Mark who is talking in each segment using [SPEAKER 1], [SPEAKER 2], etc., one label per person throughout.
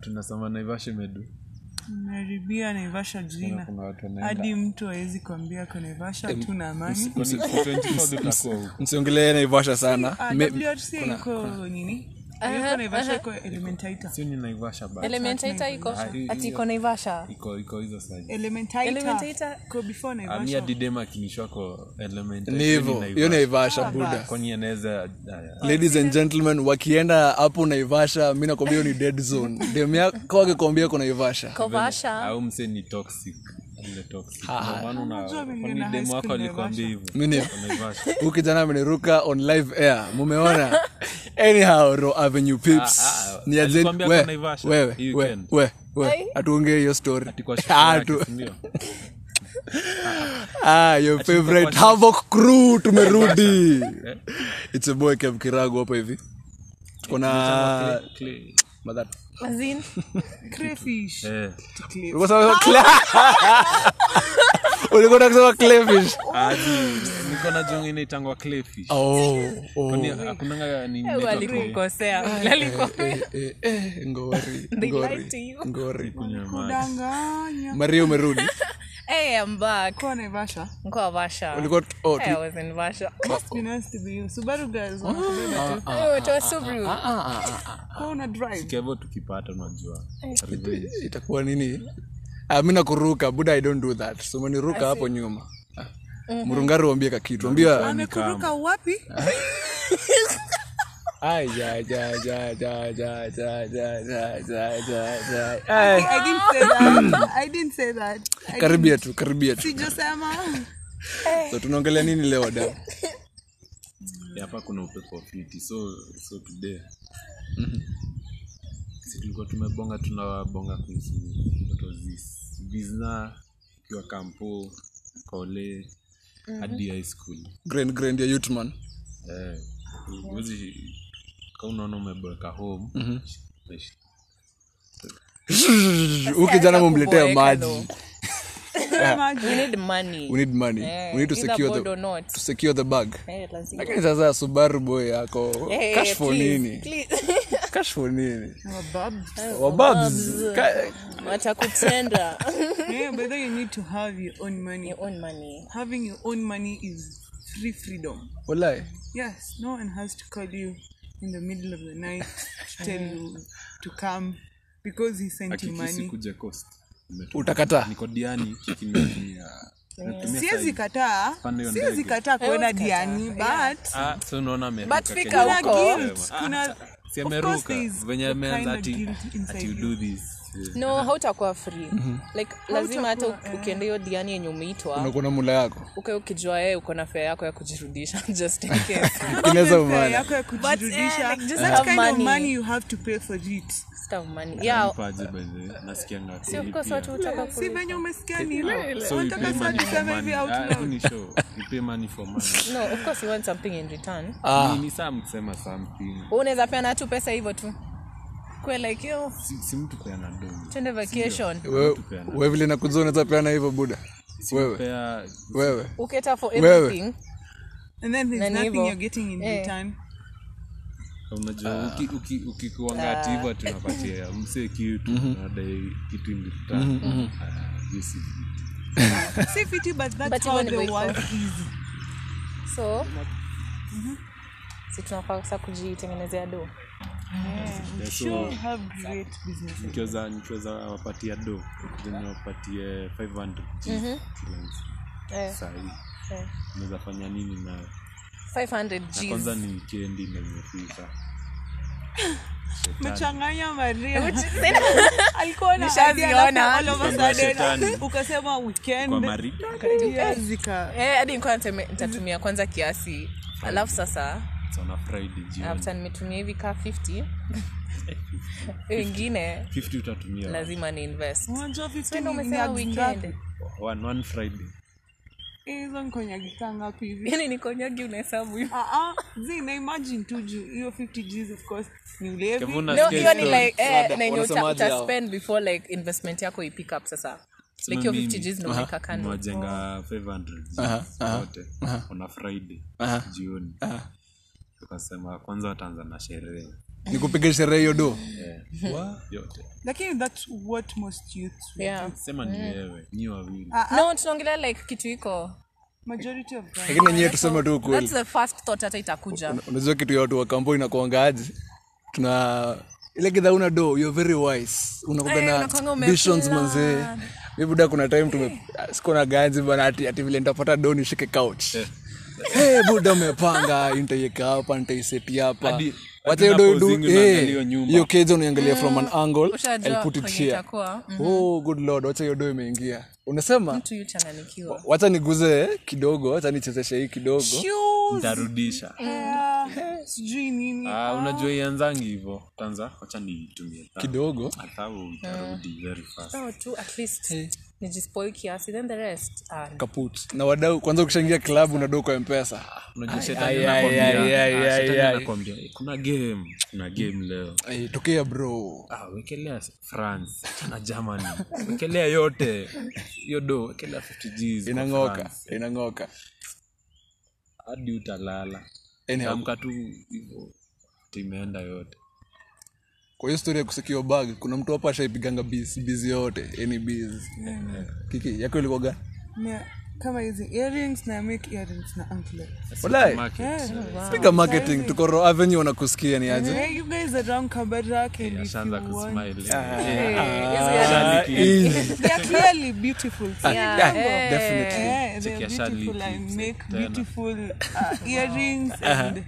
[SPEAKER 1] tunasema naivasha imedu
[SPEAKER 2] umeharibia naivasha
[SPEAKER 1] Kuna-
[SPEAKER 2] jina
[SPEAKER 1] kuna watu
[SPEAKER 2] hadi
[SPEAKER 1] wanaenda
[SPEAKER 2] mtu awezi kuambia kwa naivasha tu na amani
[SPEAKER 1] Kwani 24th utakuwa huko?
[SPEAKER 3] msiongelee naivasha sana
[SPEAKER 2] Ah,
[SPEAKER 3] Me-
[SPEAKER 2] WRC iko nini iko naivasha iko elementaita
[SPEAKER 1] Sio ni naivasha but
[SPEAKER 4] elementaita iko
[SPEAKER 1] Hi-
[SPEAKER 4] ati iko naivasha
[SPEAKER 1] iko iko hizo side
[SPEAKER 2] elementaita
[SPEAKER 4] Elementaita.
[SPEAKER 2] ko before
[SPEAKER 1] amia
[SPEAKER 2] naivasha
[SPEAKER 1] didema akinishwa kwa element
[SPEAKER 3] ni hivo hiyo
[SPEAKER 1] Ah,
[SPEAKER 3] naivasha buda
[SPEAKER 1] kwani anaweza ah, aya.
[SPEAKER 3] ladies and gentlemen wakienda hapo naivasha mi nakwambia hiyo ni dead zone dem yako akikwambia ko naivasha
[SPEAKER 4] kovasha
[SPEAKER 1] ah, au mse ni toxic ile toxic Ndio
[SPEAKER 3] Ah.
[SPEAKER 1] maana una-
[SPEAKER 2] Unajua vile
[SPEAKER 1] kwani
[SPEAKER 2] na high
[SPEAKER 1] demu wako
[SPEAKER 2] school
[SPEAKER 1] alikwambia hivyo
[SPEAKER 3] Mi ni-
[SPEAKER 1] Kwa Naivasha.
[SPEAKER 3] huu kijana ameniruka on live air mumeona anyhow ro avenue pips
[SPEAKER 1] Ah, ah,
[SPEAKER 3] ni ya Gen-
[SPEAKER 1] alikuambia
[SPEAKER 3] we-
[SPEAKER 1] kwa Naivasha,
[SPEAKER 3] wewe,
[SPEAKER 1] hii
[SPEAKER 3] we-
[SPEAKER 1] weekend.
[SPEAKER 3] we- we, atuongee hiyo story
[SPEAKER 1] Ati kwa shule
[SPEAKER 3] Ah,
[SPEAKER 1] yake,
[SPEAKER 3] tu-
[SPEAKER 1] si ndio?
[SPEAKER 3] ah, your favorite havoc crew tumerudi
[SPEAKER 1] Eh?
[SPEAKER 3] it's a boy kev kiragu hapo hivi tuko na
[SPEAKER 1] Clay- Clay.
[SPEAKER 3] madhatu
[SPEAKER 4] azin
[SPEAKER 2] crayfish
[SPEAKER 1] Eh.
[SPEAKER 2] Tuclear.
[SPEAKER 3] Ulikuwa unasema cla- ulikuwa unasema clayfish
[SPEAKER 2] Oh.
[SPEAKER 1] Hadi, niko na jongo inaitangwa clayfish
[SPEAKER 3] oh, oh.
[SPEAKER 1] Kwani hakunanga
[SPEAKER 2] Eh,
[SPEAKER 1] ni- inaitwa clay?
[SPEAKER 4] walikukosea laliko
[SPEAKER 3] Eh, eh, eh, ngori
[SPEAKER 4] They
[SPEAKER 3] ngori,
[SPEAKER 4] lied to you.
[SPEAKER 3] ngori
[SPEAKER 1] Kunywa maji.
[SPEAKER 2] danganya
[SPEAKER 3] maria umerudi
[SPEAKER 4] hey, i'm back
[SPEAKER 2] ko naivasha
[SPEAKER 4] mkoa vasha
[SPEAKER 3] ulikuwa tu- oh, tu-
[SPEAKER 4] Hey, I was in Vasha.
[SPEAKER 2] must be nice to be you subaru guys
[SPEAKER 1] Ah.
[SPEAKER 2] wanakubeba
[SPEAKER 3] Ah,
[SPEAKER 2] tu
[SPEAKER 4] Oh, it was Subaru.
[SPEAKER 2] ko una drive
[SPEAKER 1] Kevo tukipata unajua
[SPEAKER 4] Eh.
[SPEAKER 1] Revenge.
[SPEAKER 3] itakuwa nini Ah, mi nakuruka buda i don't do that so umeniruka hapo nyuma Ah.
[SPEAKER 4] Mm-hmm.
[SPEAKER 3] murungari wambie kakitu ambia
[SPEAKER 2] amekuruka wapi
[SPEAKER 3] Ai, ja, ja, ja, ja, ja, ja, ja, ja, ja, ja, ja.
[SPEAKER 1] Eh.
[SPEAKER 2] I- i didn't say that i didn't say that I
[SPEAKER 3] karibia tu karibia tu
[SPEAKER 2] sijasema
[SPEAKER 3] so tunaongelea nini leo da
[SPEAKER 1] Yeah, hapa kuna upepo fiti so so today si tulikuwa tumebonga tunawabonga kuhusu what was this bizna ukiwa kampo kole
[SPEAKER 4] Mhm.
[SPEAKER 1] hadi high school
[SPEAKER 3] grand grand ya youthman
[SPEAKER 1] eh huwezi kama unaona umeboeka home unash-
[SPEAKER 3] huu kijana mumletea
[SPEAKER 4] kuboeka
[SPEAKER 3] maji
[SPEAKER 4] though. We need money.
[SPEAKER 3] we need money
[SPEAKER 4] Eh,
[SPEAKER 3] we need to
[SPEAKER 4] either
[SPEAKER 3] secure
[SPEAKER 4] board
[SPEAKER 3] the,
[SPEAKER 4] or not.
[SPEAKER 3] to secure the bag
[SPEAKER 4] Eh, lazima.
[SPEAKER 3] lakini sasa subaru boy yako
[SPEAKER 4] Eh,
[SPEAKER 3] cash for
[SPEAKER 4] please, Eh,
[SPEAKER 3] nini
[SPEAKER 4] please.
[SPEAKER 3] cash for nini
[SPEAKER 2] wabab
[SPEAKER 3] wababs Ka-
[SPEAKER 4] watakutenda
[SPEAKER 2] yeah, but then you need to have your own money
[SPEAKER 4] your own money
[SPEAKER 2] having your own money is free freedom
[SPEAKER 3] walai
[SPEAKER 2] yes no one has to call you in the middle of the night to tell you to come because he sent you
[SPEAKER 1] hakikisi
[SPEAKER 2] money
[SPEAKER 1] kuja cost Umetu-
[SPEAKER 3] utakataa
[SPEAKER 1] niko diani kimya kimya Natumia
[SPEAKER 2] siwezi
[SPEAKER 1] side.
[SPEAKER 2] kataa
[SPEAKER 1] Pande hiyo
[SPEAKER 2] siwezi
[SPEAKER 1] ndege.
[SPEAKER 2] kataa kuenda diani but
[SPEAKER 1] Ah, so unaona ameruka
[SPEAKER 4] But fika
[SPEAKER 1] Kenya.
[SPEAKER 2] kuna
[SPEAKER 4] huko.
[SPEAKER 2] guilt kuna
[SPEAKER 1] Ah, si
[SPEAKER 2] of course
[SPEAKER 1] ameruka
[SPEAKER 2] there is
[SPEAKER 1] venye
[SPEAKER 2] a kind
[SPEAKER 1] ameanza
[SPEAKER 2] of
[SPEAKER 1] ati
[SPEAKER 2] guilt inside
[SPEAKER 1] ati you
[SPEAKER 2] you.
[SPEAKER 1] do this eh, Yeah.
[SPEAKER 4] no hautakuwa free
[SPEAKER 3] Mm-hmm.
[SPEAKER 4] like lazima hata
[SPEAKER 2] Hautakuwa,
[SPEAKER 4] uk- ukienda hiyo diani yenye umeitwa
[SPEAKER 3] unakuwa na mula yako
[SPEAKER 4] uke ukijua yeye uko na fea yako ya kujirudisha just in case
[SPEAKER 3] inaweza
[SPEAKER 2] Pesa
[SPEAKER 3] umana
[SPEAKER 2] yako ya kujirudisha
[SPEAKER 4] like, just
[SPEAKER 2] that
[SPEAKER 4] have
[SPEAKER 2] kind of
[SPEAKER 4] money.
[SPEAKER 2] money you have to pay for it
[SPEAKER 4] Stuff money yeah
[SPEAKER 1] Nipaje by the way? Nasikianga
[SPEAKER 4] si of course
[SPEAKER 1] kulipia.
[SPEAKER 4] watu utaka
[SPEAKER 2] si venye umesikia nilo
[SPEAKER 1] So we pay
[SPEAKER 2] nataka
[SPEAKER 1] money for
[SPEAKER 2] sadisema
[SPEAKER 1] money.
[SPEAKER 2] hivi out
[SPEAKER 1] Ah,
[SPEAKER 2] loud
[SPEAKER 1] hii ni show. We pay money for money.
[SPEAKER 4] no of course you want something in return
[SPEAKER 1] Ni- ni saa mkusema something.
[SPEAKER 4] Wewe unaweza peana tu pesa hivyo tu kwe like yo
[SPEAKER 1] Si- si mtu peana dongo.
[SPEAKER 4] tuende vacation
[SPEAKER 3] we vile nakuzua unaweza peana hivyo buda
[SPEAKER 1] Si
[SPEAKER 3] wewe
[SPEAKER 1] kupea-
[SPEAKER 3] wewe
[SPEAKER 4] uketa for
[SPEAKER 3] Wewe.
[SPEAKER 4] everything
[SPEAKER 2] and then there's
[SPEAKER 4] Nani
[SPEAKER 2] nothing
[SPEAKER 4] hivyo?
[SPEAKER 2] you're getting in
[SPEAKER 4] Eh.
[SPEAKER 2] return
[SPEAKER 4] Ah.
[SPEAKER 1] unajua uki- uki- ukikuanga ati hivyo tunapatia msee kitu
[SPEAKER 4] Mhm.
[SPEAKER 1] nadai kitu in return. Ah, yes, yes.
[SPEAKER 2] si fiti but that's
[SPEAKER 4] But
[SPEAKER 2] how
[SPEAKER 4] even
[SPEAKER 2] the
[SPEAKER 4] if we
[SPEAKER 2] world
[SPEAKER 4] go.
[SPEAKER 2] is
[SPEAKER 4] so mhm. si tunafaa sasa kujitengenezea do
[SPEAKER 1] Yeah, so-
[SPEAKER 2] sure have great business
[SPEAKER 1] nikiweza nikiweza wapatie do kuja niwapatie 500 G shillings
[SPEAKER 4] Mhm. eh,
[SPEAKER 1] sahii
[SPEAKER 4] eh.
[SPEAKER 1] unaweza fanya nini nayo
[SPEAKER 4] 500
[SPEAKER 1] na
[SPEAKER 4] Gs.
[SPEAKER 1] kwanza ni wikendi na imefika
[SPEAKER 2] mechanganya maria alikuwa na
[SPEAKER 4] Nishaziona.
[SPEAKER 2] idea alafu all of a
[SPEAKER 1] Kwamba
[SPEAKER 2] sudden
[SPEAKER 1] shetani.
[SPEAKER 2] ukasema
[SPEAKER 1] kwa
[SPEAKER 2] weekend
[SPEAKER 1] mari
[SPEAKER 2] ideas zika
[SPEAKER 4] Eh, hadi nilikuwa nateme- nitatumia kwanza kiasi alafu sasa
[SPEAKER 1] sana friday jioni
[SPEAKER 4] after nimetumia hivi ka 50 wengine
[SPEAKER 1] 50 utatumia
[SPEAKER 4] lazima ni invest
[SPEAKER 2] unajua
[SPEAKER 4] Wewe ndio umesema weekend
[SPEAKER 2] vitingapi
[SPEAKER 1] one, one friday
[SPEAKER 2] hizo nkonyagika ngapi hivi
[SPEAKER 4] yani nikonyagi unahesabu hivi
[SPEAKER 2] Ah, ah, zi na imagine tu juu hiyo 50 gs of course ni ulevi
[SPEAKER 1] Kevuna,
[SPEAKER 4] no
[SPEAKER 1] sikia
[SPEAKER 4] hiyo ni
[SPEAKER 1] story.
[SPEAKER 4] like eh, na yenye uta,
[SPEAKER 3] wanasemaje
[SPEAKER 4] uta
[SPEAKER 3] hao?
[SPEAKER 4] spend before like investment yako i pick up sasa
[SPEAKER 1] Sema
[SPEAKER 4] like hiyo
[SPEAKER 1] mimi,
[SPEAKER 4] 50 gs ndo umeweka kando
[SPEAKER 1] nimewajenga 500 G wote on a friday jioni tukasema kwanza wataanza na sherehe Eh.
[SPEAKER 3] nikupige sherehe hiyo do
[SPEAKER 1] yote
[SPEAKER 2] lakini that's what most youths will
[SPEAKER 4] yeah.
[SPEAKER 1] sema
[SPEAKER 4] Mm.
[SPEAKER 1] ni wewe nyi wawili
[SPEAKER 4] no tunaongelea like kitu iko
[SPEAKER 2] majority of them
[SPEAKER 3] lakini nyie tuseme tu
[SPEAKER 4] that's
[SPEAKER 3] ukweli
[SPEAKER 4] the first thought hata itakuja
[SPEAKER 3] unajua kitu ya watu wa kampo inakuangaaji tuna ile kidha una do you're very wise unakuga
[SPEAKER 4] Eh,
[SPEAKER 3] na
[SPEAKER 4] unakuanga Eh. umeplan.
[SPEAKER 3] visions manzee mi buda kuna time tume sikona ganzi bana ati ati vile nitapata do nishike couch
[SPEAKER 1] Eh.
[SPEAKER 3] hey, buda umepanga nitaiweka hapa nitaisepi hapa
[SPEAKER 1] Hadi-
[SPEAKER 3] Wacha
[SPEAKER 1] hadi
[SPEAKER 3] hiyo do you do,
[SPEAKER 1] unapozingi
[SPEAKER 3] eh,
[SPEAKER 1] unaangalia hiyo nyumba.
[SPEAKER 3] hiyo keja unaiangalia from an angle
[SPEAKER 4] Ushajua
[SPEAKER 3] I'll put it
[SPEAKER 4] Mm. kwenye Mm-hmm.
[SPEAKER 3] here
[SPEAKER 4] itakuwa.
[SPEAKER 3] oh good lord wacha hiyo do imeingia unasema
[SPEAKER 4] mtu yote ananikiwa
[SPEAKER 3] wacha niguze kidogo wacha nichezeshe hii kidogo
[SPEAKER 2] shoes
[SPEAKER 1] ntarudisha
[SPEAKER 2] yeah, sijui nini
[SPEAKER 1] Ah, unajua ianzangi hivo kwanza wacha nitumie thao.
[SPEAKER 3] kidogo
[SPEAKER 1] Thao itarudi very fast
[SPEAKER 4] no tu at least nijispoi kiasi then the rest ah,
[SPEAKER 3] kaput na wadau kwanza ukishaingia klabu unadoo kwa mpesa
[SPEAKER 1] unajua shetani
[SPEAKER 3] ai, ai,
[SPEAKER 1] anakwambia,
[SPEAKER 3] ai,
[SPEAKER 1] ah,
[SPEAKER 3] ai,
[SPEAKER 1] shetani
[SPEAKER 3] ai.
[SPEAKER 1] anakwambia, kuna game kuna game leo
[SPEAKER 3] Ai, tokea bro
[SPEAKER 1] ah, wekelea france na germany wekelea yote hiyo do wekelea 50 Gs kwa
[SPEAKER 3] inang'oka
[SPEAKER 1] France.
[SPEAKER 3] inang'oka
[SPEAKER 1] hadi utalala
[SPEAKER 3] Anyhow,
[SPEAKER 1] tamka tu hivo timeenda yote
[SPEAKER 3] kwa hiyo story ya kusikiwa bag kuna mtu hapa ashaipiganga bizi yote any biz kiki yako ilikuwaga
[SPEAKER 2] na kama hizi earrings na make earrings na anklets
[SPEAKER 3] walai
[SPEAKER 1] Market.
[SPEAKER 3] piga marketing tukoro avenue wanakusikia ni aje
[SPEAKER 2] Hey, you guys are wrong Kabarak and if
[SPEAKER 1] ashaanza
[SPEAKER 2] you want-
[SPEAKER 1] kusmile Eh.
[SPEAKER 3] Ah, easy.
[SPEAKER 2] They are clearly beautiful.
[SPEAKER 3] Yeah, definitely.
[SPEAKER 2] Yeah, they are
[SPEAKER 1] Check your
[SPEAKER 2] beautiful
[SPEAKER 1] shali
[SPEAKER 2] and
[SPEAKER 1] tips
[SPEAKER 2] make
[SPEAKER 1] tena.
[SPEAKER 2] beautiful uh, earrings and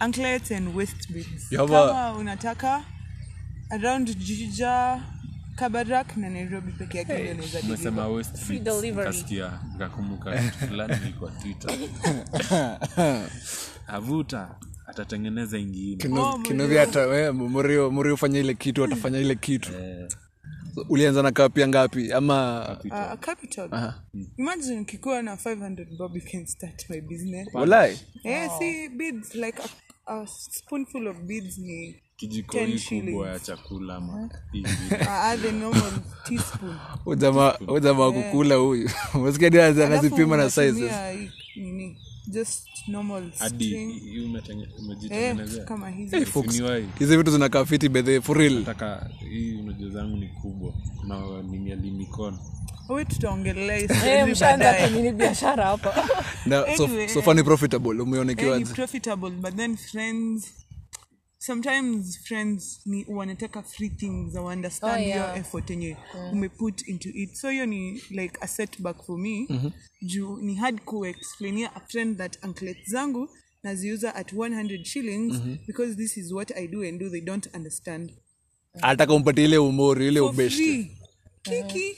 [SPEAKER 2] anklets and waistbands.
[SPEAKER 3] You have
[SPEAKER 2] Kama unataka around Juja, Kabarak na Nairobi peke yake ndio unaweza deliver.
[SPEAKER 1] umesema West Beach,
[SPEAKER 4] delivery.
[SPEAKER 1] nikasikia nikakumbuka kitu fulani ilikuwa twitter avuta atatengeneza ingine
[SPEAKER 2] Oh,
[SPEAKER 3] kinovya hata we, murio murio ufanya ile kitu atafanya ile kitu
[SPEAKER 1] Eh,
[SPEAKER 3] So, ulianza na kapia ngapi ama
[SPEAKER 2] Uh, capital. Imagine ukikuwa na 500 bob you can start my business.
[SPEAKER 3] walai
[SPEAKER 2] Eh, see beads like a, a spoonful of beads ni
[SPEAKER 1] kijiko
[SPEAKER 2] 10
[SPEAKER 1] hii kubwa ya
[SPEAKER 2] shillings.
[SPEAKER 1] chakula ama hii ingine.
[SPEAKER 2] uh, the normal teaspoon.
[SPEAKER 3] ujamaa kukula huyu maskiadia
[SPEAKER 2] Eh. Alafu
[SPEAKER 3] anazipima na sizes
[SPEAKER 2] unatumia hii nini, just normal
[SPEAKER 1] hadi
[SPEAKER 2] string.
[SPEAKER 1] hii umetenge-
[SPEAKER 2] Eh,
[SPEAKER 1] umejitengenezea
[SPEAKER 2] kama hizi
[SPEAKER 3] Folks,
[SPEAKER 1] Usiniwahi.
[SPEAKER 3] hizi vitu zinakaa fiti bedhe furil
[SPEAKER 1] nataka hii unajua zangu ni kubwa na nimiali mikono
[SPEAKER 2] we tutaongelea hii
[SPEAKER 4] Eh,
[SPEAKER 2] story
[SPEAKER 4] mshaanza
[SPEAKER 2] baadaye.
[SPEAKER 4] kunini biashara hapa
[SPEAKER 3] na so,
[SPEAKER 2] Anyway.
[SPEAKER 3] so far ni profitable umeona
[SPEAKER 2] Eh, ni
[SPEAKER 3] kiwazi
[SPEAKER 2] profitable but then friends sometimes friends ni wanataka free things I understand
[SPEAKER 4] Oh, yeah.
[SPEAKER 2] your effort yenye umeput into it so hiyo ni like a setback for me juu ni hard kuexplainia a friend that anklet zangu naziuza at 100 shillings because this is what i do and do they don't understand
[SPEAKER 3] ataka umpatie ile umori ile
[SPEAKER 2] For
[SPEAKER 3] ubeshti
[SPEAKER 2] free. kiki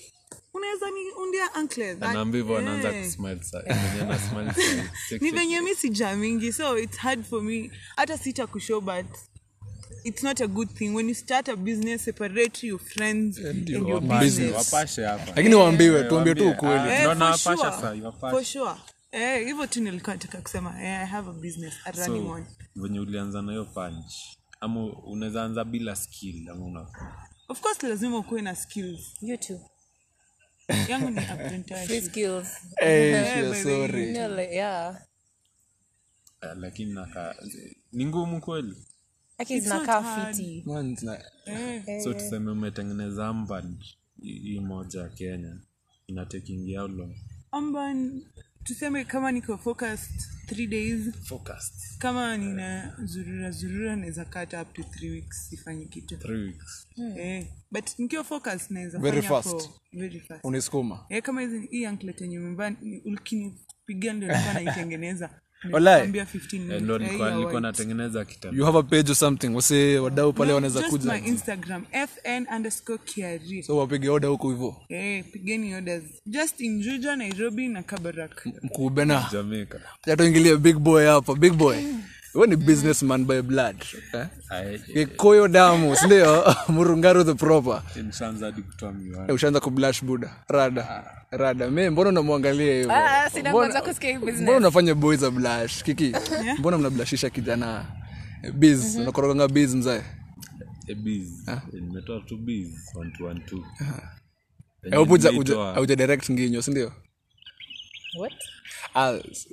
[SPEAKER 2] unaweza niundia anklet
[SPEAKER 1] anaambia hivyo anaanza
[SPEAKER 2] Eh
[SPEAKER 1] kusmile sa- mwenye ana smile sa- check,
[SPEAKER 2] ni
[SPEAKER 1] check.
[SPEAKER 2] venye mi sija mingi so its hard for me hata sita kushow but it's not a good thing when you start a business separate your friends and
[SPEAKER 3] your
[SPEAKER 2] your
[SPEAKER 3] business.
[SPEAKER 2] business
[SPEAKER 1] wapashe hapa
[SPEAKER 3] lakini waambiwe tuambie tu
[SPEAKER 1] waambie,
[SPEAKER 3] ukweli
[SPEAKER 2] Eh,
[SPEAKER 1] No,
[SPEAKER 2] for
[SPEAKER 1] no, wapashe
[SPEAKER 2] sure,
[SPEAKER 1] sasa, wapashe.
[SPEAKER 2] for sure. Eh, hivyo tu nilikuwa nataka kusema eh, i have a business a running
[SPEAKER 1] so
[SPEAKER 2] one
[SPEAKER 1] venye ulianza nayo punch ama unaweza anza bila skill ama una
[SPEAKER 2] of course lazima ukuwe na skills
[SPEAKER 4] you too
[SPEAKER 2] yangu ni
[SPEAKER 4] free
[SPEAKER 2] apprenticeship
[SPEAKER 4] skills
[SPEAKER 3] Eh,
[SPEAKER 2] Eh, by
[SPEAKER 3] sure,
[SPEAKER 2] the way.
[SPEAKER 3] sorry
[SPEAKER 4] Yeah, like, yeah
[SPEAKER 1] Ah, lakini naka ni ngumu kweli
[SPEAKER 4] lakini zinakaa fiti
[SPEAKER 3] Man, zina-
[SPEAKER 1] so
[SPEAKER 3] Eh.
[SPEAKER 1] tuseme umetengeneza amband hii moja ya kenya ina taking how long
[SPEAKER 2] amban tuseme kama niko focused three days
[SPEAKER 1] focused
[SPEAKER 2] kama nina zurura zurura naweza kata up to three weeks sifanyi kitu
[SPEAKER 1] three weeks
[SPEAKER 2] Eh, but nikiwa focus naweza
[SPEAKER 3] Mm. Very
[SPEAKER 2] fanya
[SPEAKER 3] fast.
[SPEAKER 2] for- very fast
[SPEAKER 3] unisukuma
[SPEAKER 2] Eh, kama hizi hii anklet yenye umevaa, ni- ukinipigia ndio nilikuwa naitengeneza
[SPEAKER 3] Walai.
[SPEAKER 2] Nilikwambia 15
[SPEAKER 1] Eh,
[SPEAKER 3] Mm,
[SPEAKER 2] minutes.
[SPEAKER 1] ndo
[SPEAKER 2] Eh,
[SPEAKER 1] nilikuwa
[SPEAKER 2] ya
[SPEAKER 1] nilikuwa
[SPEAKER 2] white.
[SPEAKER 1] natengeneza kitabu
[SPEAKER 3] you have a page or something wase wadau pale
[SPEAKER 2] No,
[SPEAKER 3] wanaweza
[SPEAKER 2] just
[SPEAKER 3] kuja
[SPEAKER 2] my instagram fn underscore kiari
[SPEAKER 3] so wapige oda huko hivo
[SPEAKER 2] Eh, pigeni orders just in juja nairobi na kabarak
[SPEAKER 3] mkuubena
[SPEAKER 1] jamaica
[SPEAKER 3] tatoingilia big boy hapa big boy we ni businessman by blood eh?
[SPEAKER 1] Aye,
[SPEAKER 3] kikoyo damu sindio murungaru the proper
[SPEAKER 1] nishaanza hadi kutoa miwani
[SPEAKER 3] Eh, ushaanza kublash buda rada
[SPEAKER 1] Ah.
[SPEAKER 3] rada me mbona unamwangalia hivo
[SPEAKER 4] Ah, sina
[SPEAKER 3] Mbona-
[SPEAKER 4] ngoja kusikia hii business.
[SPEAKER 3] mbona unafanya boys a blash kiki mbona mnablashisha kijana Eh, biz
[SPEAKER 4] Mhm.
[SPEAKER 3] unakoroganga biz mzae
[SPEAKER 1] Eh, bees.
[SPEAKER 3] Ah.
[SPEAKER 1] Eh, nimetoa tu bees, one to one two. Venye
[SPEAKER 3] Eh, upo uja- uja-
[SPEAKER 1] nilitoa,
[SPEAKER 3] hauja direct nginyo sindio
[SPEAKER 4] what
[SPEAKER 3] Ah, s-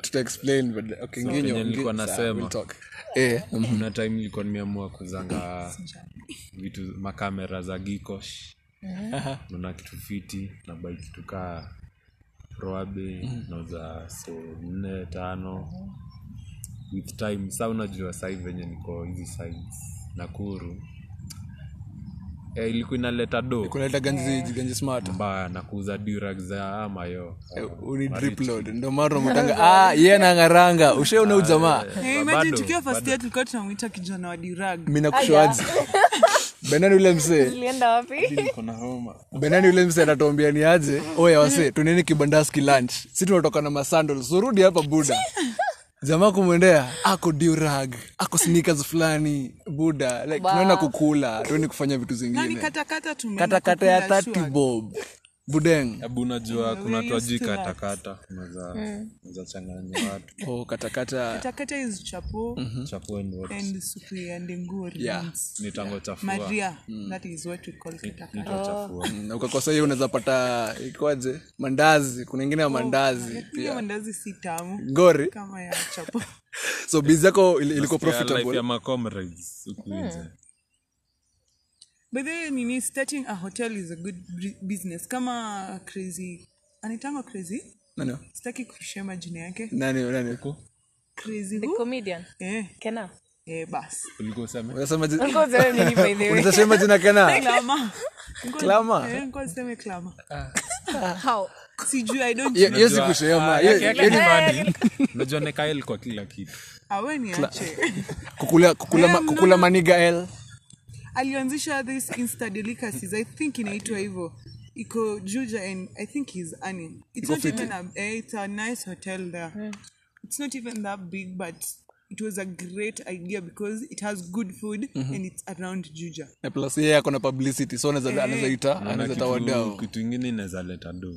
[SPEAKER 3] tutaexplain but okay
[SPEAKER 1] So,
[SPEAKER 3] nginyo
[SPEAKER 1] penye nilikuwa
[SPEAKER 3] ngi- sawa,
[SPEAKER 1] nasema.
[SPEAKER 3] we'll talk. Eh, mm,
[SPEAKER 1] kuna time nilikuwa nimeamua kuzanga vitu makamera za gikosh naona kitu fiti na bai kitu kaa roabe nauza so nne tano with time sa unajua sahii venye niko hizi sides nakuru e, ilikuwa inaleta do
[SPEAKER 3] kunaleta ganzi ganzi smart
[SPEAKER 1] mbaya na kuuza durag za amayo
[SPEAKER 3] Eh, uni drip load ndo maana unamwitanga ah ye nangaranga ushaona ujamaa
[SPEAKER 2] Hey, Eh, imagine tukiwa first year tulikuwa tunamwita kijana wa dirag
[SPEAKER 3] mi nakushoaji benani ule msee
[SPEAKER 4] ilienda wapi
[SPEAKER 3] benani ule msee anatuambia ni aje oya wasee tuneni kibandaski lunch si tunatoka na masandal surudi hapa buda jamaa kumwendea ako durag ako sneakers fulani buda like tunaenda kukula tueni kufanya vitu
[SPEAKER 2] yani
[SPEAKER 3] zingine
[SPEAKER 2] katakata tumeenda
[SPEAKER 3] Mm. katakata ya
[SPEAKER 2] kukula
[SPEAKER 3] tati
[SPEAKER 2] sure.
[SPEAKER 3] bob budeng
[SPEAKER 1] hebu unajua kuna twajui katakata unaza changanya watu
[SPEAKER 3] oh, katakata
[SPEAKER 2] katakata is chapo
[SPEAKER 1] Mm. chapueni wote
[SPEAKER 2] and supu ya ndenguri
[SPEAKER 3] Yeah.
[SPEAKER 2] means
[SPEAKER 1] ni tango chafua
[SPEAKER 2] maria that is what we
[SPEAKER 1] Mm.
[SPEAKER 2] call katakata
[SPEAKER 1] nitachafua
[SPEAKER 3] Mm, na ukakosa hiyo unaweza pata ikwaje mandazi kuna ingine ya mandazi
[SPEAKER 2] Oh, hiyo
[SPEAKER 3] pia
[SPEAKER 2] mandazi si tamu
[SPEAKER 3] ngori
[SPEAKER 2] kama ya chapo
[SPEAKER 3] so bizi yako ili- ilikuwa
[SPEAKER 1] Sikia life ya
[SPEAKER 3] profitable
[SPEAKER 1] macomrades huku
[SPEAKER 2] Hmm.
[SPEAKER 1] nje
[SPEAKER 2] by the way nini starting a hotel is a good bri- business kama crazy anaitangwa crazy
[SPEAKER 3] nani
[SPEAKER 2] sitaki kushema jina yake
[SPEAKER 3] nani nani huko
[SPEAKER 2] crazy
[SPEAKER 4] The
[SPEAKER 2] who?
[SPEAKER 4] comedian
[SPEAKER 2] eh,
[SPEAKER 4] kena
[SPEAKER 2] eh, basi
[SPEAKER 1] ulikuwa useme
[SPEAKER 3] unasema jina
[SPEAKER 4] Ngoja wewe nini by the way
[SPEAKER 3] unaweza sema jina kena
[SPEAKER 2] klama Ngoja-
[SPEAKER 3] Klama?
[SPEAKER 2] eh, ngoja niseme klama
[SPEAKER 4] how
[SPEAKER 2] sijui i don't
[SPEAKER 3] Ye- hiyo
[SPEAKER 1] Unajua,
[SPEAKER 3] sikushema
[SPEAKER 1] ah,
[SPEAKER 3] Hiyo-
[SPEAKER 1] yake yake
[SPEAKER 3] hiyo
[SPEAKER 1] ni
[SPEAKER 3] ni
[SPEAKER 1] funny. unajua nekael kwa kila kitu
[SPEAKER 2] awe niache
[SPEAKER 3] kukula kukula ma-
[SPEAKER 2] Yeah,
[SPEAKER 3] kukula maniga l
[SPEAKER 2] alianzisha this insta delicacies i think inaitwa hivyo iko juja and i think he's earning it's not even a, eh, it's a nice hotel there it's not even that big but it was a great idea because it has good food
[SPEAKER 1] Mm-hmm.
[SPEAKER 2] and it's around juja
[SPEAKER 3] na plus yeye ako na publicity so anaweza anaweza ita
[SPEAKER 1] Naona
[SPEAKER 3] anaweza ita
[SPEAKER 1] Eh. kitu-
[SPEAKER 3] wadau
[SPEAKER 1] kitu ingine inaweza leta do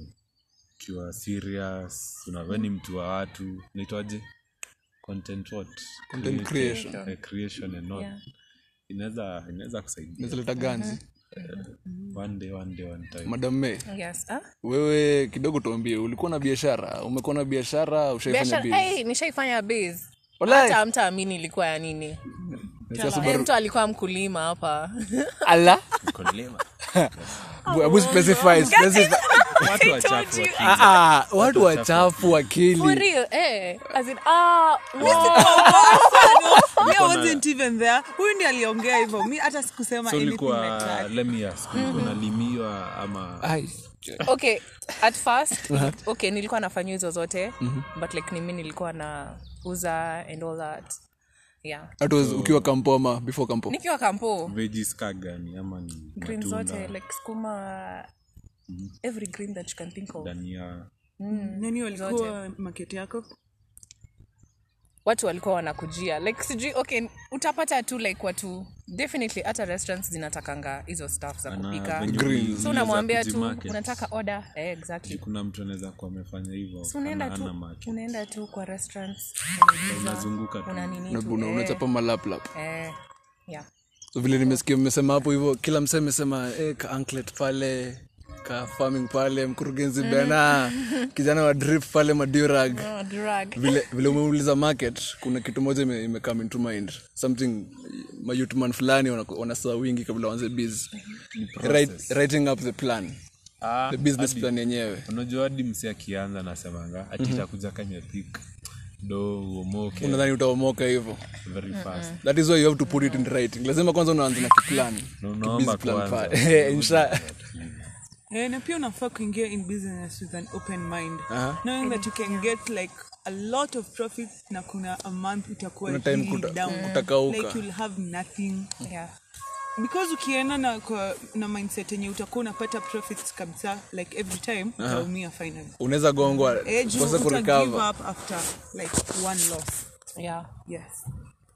[SPEAKER 1] ukiwa serious unaweni mtu wa watu naitwaje content what
[SPEAKER 3] Content creation.
[SPEAKER 1] Eh, creation and all inaweza inaweza kusaidia
[SPEAKER 3] Anaweza leta ganzi Mm.
[SPEAKER 1] one day one day one time
[SPEAKER 3] madam May
[SPEAKER 4] yes ah
[SPEAKER 3] wewe kidogo tuambie ulikuwa na biashara umekuwa na biashara ushaifanya
[SPEAKER 4] biashara
[SPEAKER 3] biashara
[SPEAKER 4] hey, nishaifanya base
[SPEAKER 3] Walai.
[SPEAKER 4] hata mtaamini ilikuwa ya nini Eh, mtu alikuwa mkulima hapa
[SPEAKER 3] ala
[SPEAKER 1] Kolema.
[SPEAKER 3] Bu- hebu specify specify
[SPEAKER 1] watu wachafu
[SPEAKER 3] Ah, ah, watu wachafu
[SPEAKER 4] For
[SPEAKER 3] akili
[SPEAKER 4] real, eh, as in, ah, wow.
[SPEAKER 2] Mi I wasn't even there huyu ndi aliongea hivyo mi hata sikusema
[SPEAKER 1] so
[SPEAKER 2] anything like
[SPEAKER 1] ulikuwa
[SPEAKER 2] that.
[SPEAKER 1] let me ask ulikuwa nalimiwa ama
[SPEAKER 3] Ai.
[SPEAKER 4] okay at first okay nilikuwa nafanya hizo zote but like nimi nilikuwa na uza and all that yeah
[SPEAKER 3] That was ukiwa kampo ama before kampo
[SPEAKER 4] nikiwa kampo
[SPEAKER 1] veggies ka gani ama ni
[SPEAKER 4] green zote
[SPEAKER 1] matunda
[SPEAKER 4] like skuma every green that you can think of
[SPEAKER 1] dania Mm.
[SPEAKER 2] nani walikuwa market yako
[SPEAKER 4] watu walikuwa wanakujia like sijui okay utapata tu like watu definitely hata restaurants zinatakanga hizo stuff za kupika
[SPEAKER 1] venye
[SPEAKER 3] Grill.
[SPEAKER 1] uli-
[SPEAKER 4] so
[SPEAKER 1] uliweza
[SPEAKER 4] unamwambia tu
[SPEAKER 1] kujimarket.
[SPEAKER 4] unataka order eh, exactly
[SPEAKER 1] kuna mtu anaweza kuwa amefanya hivyo
[SPEAKER 4] so unaenda
[SPEAKER 1] ana- ana
[SPEAKER 4] tu
[SPEAKER 1] market.
[SPEAKER 4] unaenda tu kwa restaurants
[SPEAKER 1] unazunguka tu
[SPEAKER 4] una nini
[SPEAKER 3] Na
[SPEAKER 4] tu,
[SPEAKER 3] una-
[SPEAKER 4] eh,
[SPEAKER 3] unachapa malaplap
[SPEAKER 4] eh, yeah
[SPEAKER 3] so vile nimesikia mmesema hapo hivyo kila msee amesema eh, ka anklet pale ka farming pale mkurugenzi
[SPEAKER 2] Mm.
[SPEAKER 3] bena kijana wa drip pale madurag
[SPEAKER 4] Oh, drug.
[SPEAKER 3] vile vile umeuliza market kuna kitu moja ime, ime come into mind something mayutman fulani wana- wana saa wingi kabla wanze biz Write, writing up the plan
[SPEAKER 1] Ah,
[SPEAKER 3] the business plan yenyewe
[SPEAKER 1] unajua hadi msi akianza nasemanga
[SPEAKER 3] Mhm.
[SPEAKER 1] ati itakuja kanye pik do uomoke
[SPEAKER 3] unadhani utaomoka hivyo
[SPEAKER 1] very fast
[SPEAKER 3] that is why you have to put it in writing lazima kwanza unaanza na kiplan
[SPEAKER 1] Na
[SPEAKER 3] Busy
[SPEAKER 1] unaomba
[SPEAKER 3] plan
[SPEAKER 1] kwanza
[SPEAKER 3] pale. Insha-
[SPEAKER 2] Eh, na pia unafaa kuingia in business with an open mind knowing that you can get like a lot of profit na kuna a month utakuwa
[SPEAKER 3] Kuna time
[SPEAKER 2] really
[SPEAKER 3] kuta-
[SPEAKER 2] down.
[SPEAKER 3] kutakauka.
[SPEAKER 2] like you'll have nothing
[SPEAKER 4] Yeah.
[SPEAKER 2] because ukienda na, kwa- na mindset yenye utakuwa unapata profits kabisa like every time utaumia finally
[SPEAKER 3] unaweza gongwa
[SPEAKER 2] eh, juu
[SPEAKER 3] kwanza
[SPEAKER 2] uta give
[SPEAKER 3] kurecover
[SPEAKER 2] up after like one loss
[SPEAKER 4] Yeah.
[SPEAKER 2] yes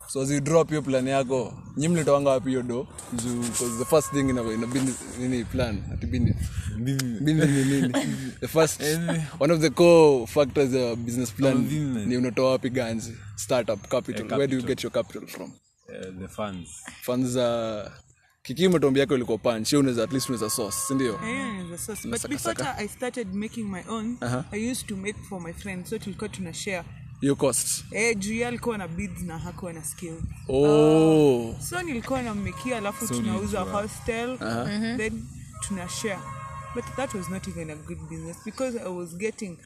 [SPEAKER 3] so zidrop hiyo plan yako nyi mlitoanga wapi hiyo do juu 'cause the first thing ina, ina bini, nini plan ati bini bini ni nini the first one of the core factors ya business plan
[SPEAKER 1] Convenience.
[SPEAKER 3] ni unatoa wapi ganzi startup capital. where do you
[SPEAKER 1] capital.
[SPEAKER 3] get your capital from
[SPEAKER 1] Eh, the funds
[SPEAKER 3] funds za kikimu tombi yako ilikuwa punch hiyo unaweza at least unaweza sauce si ndio
[SPEAKER 2] Yeah, Eh, the sauce. But
[SPEAKER 3] Saka,
[SPEAKER 2] before
[SPEAKER 3] saka.
[SPEAKER 2] ta- I started making my own, I used to make for my friends. So tulikuwa tuna share.
[SPEAKER 3] hiyo cost
[SPEAKER 2] Eh, juu yeye alikuwa na beads na hakuwa na skill.
[SPEAKER 3] oh
[SPEAKER 2] So nilikuwa nammekia alafu tunauza hostel, then tuna share. But that was not even a good business because I was getting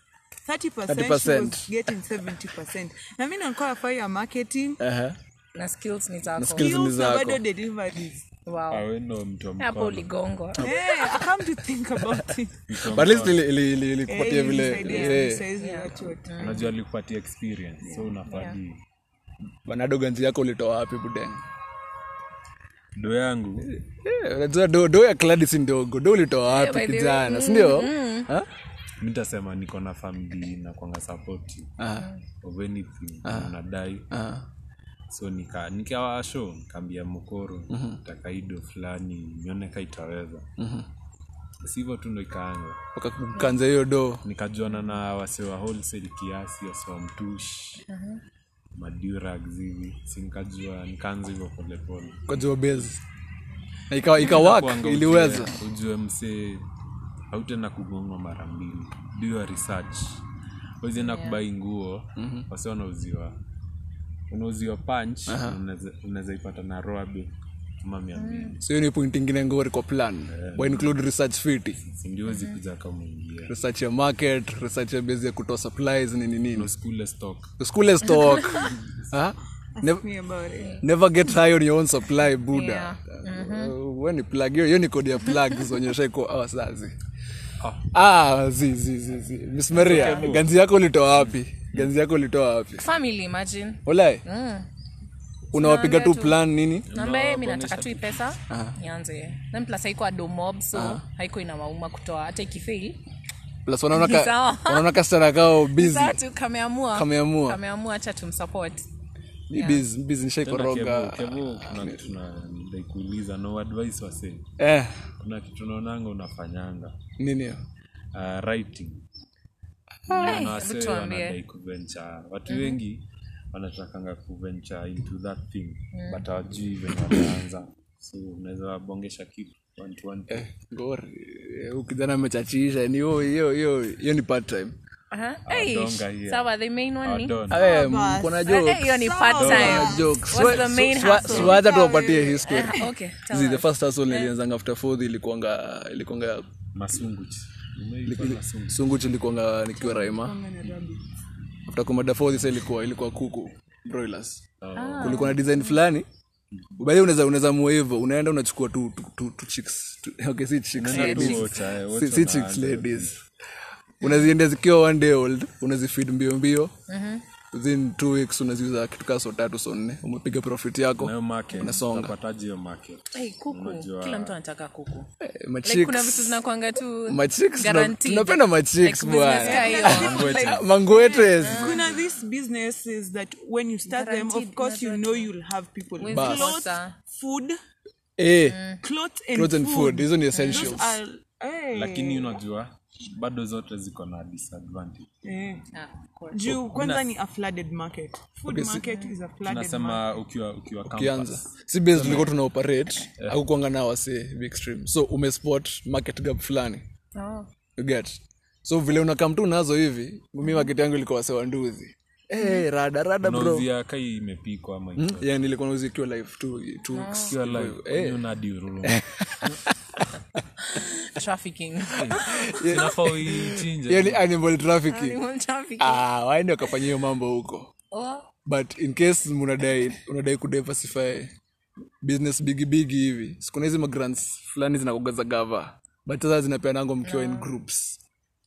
[SPEAKER 2] 30%, she
[SPEAKER 3] 30%.
[SPEAKER 2] was getting 70%. Na mimi nilikuwa nafanya marketing,
[SPEAKER 3] Aha.
[SPEAKER 4] na skills ni zako
[SPEAKER 3] skills.
[SPEAKER 2] skills na
[SPEAKER 3] Eh, zako.
[SPEAKER 2] bado deliveries.
[SPEAKER 4] wow
[SPEAKER 1] aweno mtu wa
[SPEAKER 4] Oh. hapo
[SPEAKER 1] mkono.
[SPEAKER 4] uligongwa
[SPEAKER 2] Eh, I come to think about it.
[SPEAKER 3] but at least ili- ili- ili-
[SPEAKER 2] Eh,
[SPEAKER 3] ilikupatia vile
[SPEAKER 2] ilinisaidia,
[SPEAKER 3] eh.
[SPEAKER 2] saizi that's what.
[SPEAKER 1] unajua alikupatia experience so unafadi
[SPEAKER 3] banado ganzi yako ulitoa wapi budeng
[SPEAKER 1] do yangu
[SPEAKER 3] Eh, unajua do, do ya kladi si ndogo do ulitoa wapi
[SPEAKER 4] Eh, by the way,
[SPEAKER 3] kijana
[SPEAKER 4] mm-hmm.
[SPEAKER 3] sindio
[SPEAKER 1] mi tasema niko na famili na kwanga support
[SPEAKER 3] Ah,
[SPEAKER 1] of anything nadai so nika nikawa show nikaambia mokoro takaido fulani nione ka itaweza sivyo tu ndo ikaanza
[SPEAKER 3] wakakanza hiyo do
[SPEAKER 1] nikajuana na wasewa wholesale kiasi wasewa mtush madurags hivi si nikajua nikaanza hivyo polepole
[SPEAKER 3] kajua bezi na ikawa ikawak
[SPEAKER 1] Kuanga
[SPEAKER 3] iliweza
[SPEAKER 1] ujue- ujue msee hautenda kugongwa mara mbili do your research wezienda kubai nguo wasi wanauziwa unauziwa punch unaweza- unaweza ipata na roabe ama mia mbili
[SPEAKER 3] so hiyo ni point ingine ngori kwa plan wa include research fiti
[SPEAKER 1] sindiwezi kuja kama ingia
[SPEAKER 3] research ya market research ya bezi ya kutoa supplies nini nini
[SPEAKER 1] skule stock
[SPEAKER 3] skule stock Ha? Nev-
[SPEAKER 2] Me about it.
[SPEAKER 3] Ah? never get high on your own supply buda
[SPEAKER 4] Yeah. Mm-hmm.
[SPEAKER 3] Uh, we ni plug hiyo hiyo ni kodi ya plug zonyesha iko awa sazi ah zi zi zi zi miss maria ganzi yako ulitoa wapi ganzi yako ulitoa wapi
[SPEAKER 4] family imagine Mm.
[SPEAKER 3] olae unawapiga tu plan nini
[SPEAKER 4] nambaye mi nataka tu ipesa nianze then plus haiko adomob so haiko ina mauma kutoa hata ikifail
[SPEAKER 3] plus wanaona ka
[SPEAKER 4] Sawa.
[SPEAKER 3] wanaona customer kao busy
[SPEAKER 4] Sawa tu kameamua
[SPEAKER 3] Kameamua.
[SPEAKER 4] kameamua acha tumsupport
[SPEAKER 3] ni busy busy
[SPEAKER 1] Tena
[SPEAKER 3] nishaikoroga
[SPEAKER 1] Kevo- Kevo, kuna kitu na- nidai kuuliza na advice wasee
[SPEAKER 3] eh
[SPEAKER 1] kuna kitu naonanga unafanyanga
[SPEAKER 3] nini hiyo?
[SPEAKER 1] uh, writing
[SPEAKER 4] hebu
[SPEAKER 1] Unaona wasee
[SPEAKER 4] tuambie. Mm-hmm.
[SPEAKER 1] wanadai kuventure watu wengi wanatakanga kuventure into that thing
[SPEAKER 4] Mm.
[SPEAKER 1] but hawajui venye wataanza so unaweza wabongesha kitu one to one.
[SPEAKER 3] eh ngori eh, huyu kijana amechachiisha ni hiyo hiyo hiyo hiyo ni part time
[SPEAKER 4] Aha. Hey,
[SPEAKER 1] Ah, Donga Ah, here.
[SPEAKER 4] sawa the main one ni
[SPEAKER 1] Wadon.
[SPEAKER 3] eh mkona
[SPEAKER 4] Eh,
[SPEAKER 3] joke
[SPEAKER 4] hiyo ni part time What's the main hustle?
[SPEAKER 3] siwacha tuwapatie history
[SPEAKER 4] Ah, okay tell
[SPEAKER 3] See, the
[SPEAKER 4] us.
[SPEAKER 3] first hustle nilianzanga after fourth ilikuanga ilikuanga
[SPEAKER 1] masunguchi Umeitwa masunguchi.
[SPEAKER 3] sunguch ilikuanga nikiwa raima after komada fourth sasa ilikuwa ilikuwa kuku broilers
[SPEAKER 1] Ah.
[SPEAKER 3] kulikuwa na design fulani baadhi unaweza unaweza mua hivyo unaenda unachukua tu tu, tu, tu chicks tu, okay si chicks
[SPEAKER 1] Unaenda tu
[SPEAKER 3] ladies
[SPEAKER 1] water, eh,
[SPEAKER 3] si,
[SPEAKER 1] water
[SPEAKER 3] si
[SPEAKER 1] na-
[SPEAKER 3] chicks ladies unazienda zikiwa one day old unazifeed mbio mbio
[SPEAKER 1] Mhm.
[SPEAKER 3] within two weeks unaziuza kitu kaa so tatu so nne umepiga profit yako
[SPEAKER 1] Nayo market,
[SPEAKER 3] Unasonga.
[SPEAKER 1] utapataje hiyo market?
[SPEAKER 4] Hey, kuku
[SPEAKER 1] Unajua-
[SPEAKER 4] kila mtu anataka kuku
[SPEAKER 3] Eh, ma
[SPEAKER 4] like kuna
[SPEAKER 3] chicks.
[SPEAKER 4] vitu zinakwanga tu
[SPEAKER 3] Ma chicks, tuna-
[SPEAKER 4] guaranteed.
[SPEAKER 3] tunapenda ma chicks,
[SPEAKER 4] Like business
[SPEAKER 3] bwana.
[SPEAKER 4] ka hiyo.
[SPEAKER 3] manguetes
[SPEAKER 2] kuna these businesses that when you start them of
[SPEAKER 4] Guaranteed,
[SPEAKER 2] course you know you'll have people
[SPEAKER 4] Bas.
[SPEAKER 2] clothes food
[SPEAKER 3] eh
[SPEAKER 2] clothes and,
[SPEAKER 3] clothes and food hizo ni
[SPEAKER 2] Those
[SPEAKER 3] essentials
[SPEAKER 2] are, eh,
[SPEAKER 1] lakini unajua bado zote ziko na disadvantage
[SPEAKER 2] eh.
[SPEAKER 4] Ah, of course.
[SPEAKER 2] juu kwanza ni a flooded market food market is a flooded market.
[SPEAKER 1] tunasema ukiwa ukiwa
[SPEAKER 3] ukianza
[SPEAKER 1] campus.
[SPEAKER 3] si base tulikuwa tuna operate akukwanga na wase big extreme so umespot market gap fulani
[SPEAKER 4] Oh.
[SPEAKER 3] you get so vile unakam tu nazo hivi mi market yangu ilikuwa wase wa nduzi Eh, rada rada bro
[SPEAKER 1] unauzia kai imepikwa ama iko-
[SPEAKER 3] yani nilikuwa nauzi ikiwa live two, two weeks
[SPEAKER 1] ikiwa live, unadi urulo.
[SPEAKER 4] Trafficking.
[SPEAKER 1] Sinafaa uichinje.
[SPEAKER 3] yani
[SPEAKER 4] Yaani,
[SPEAKER 3] Yaani
[SPEAKER 4] ah.
[SPEAKER 3] animal trafficking
[SPEAKER 4] Trafficking.
[SPEAKER 3] ah waende wakafanya hiyo mambo huko
[SPEAKER 4] Oh.
[SPEAKER 3] but in case munadai unadai kudiversify business bigi bigi hivi sikuna hizi magrants fulani zinakuga za gava but sasa zinapeanangwa mkiwa in groups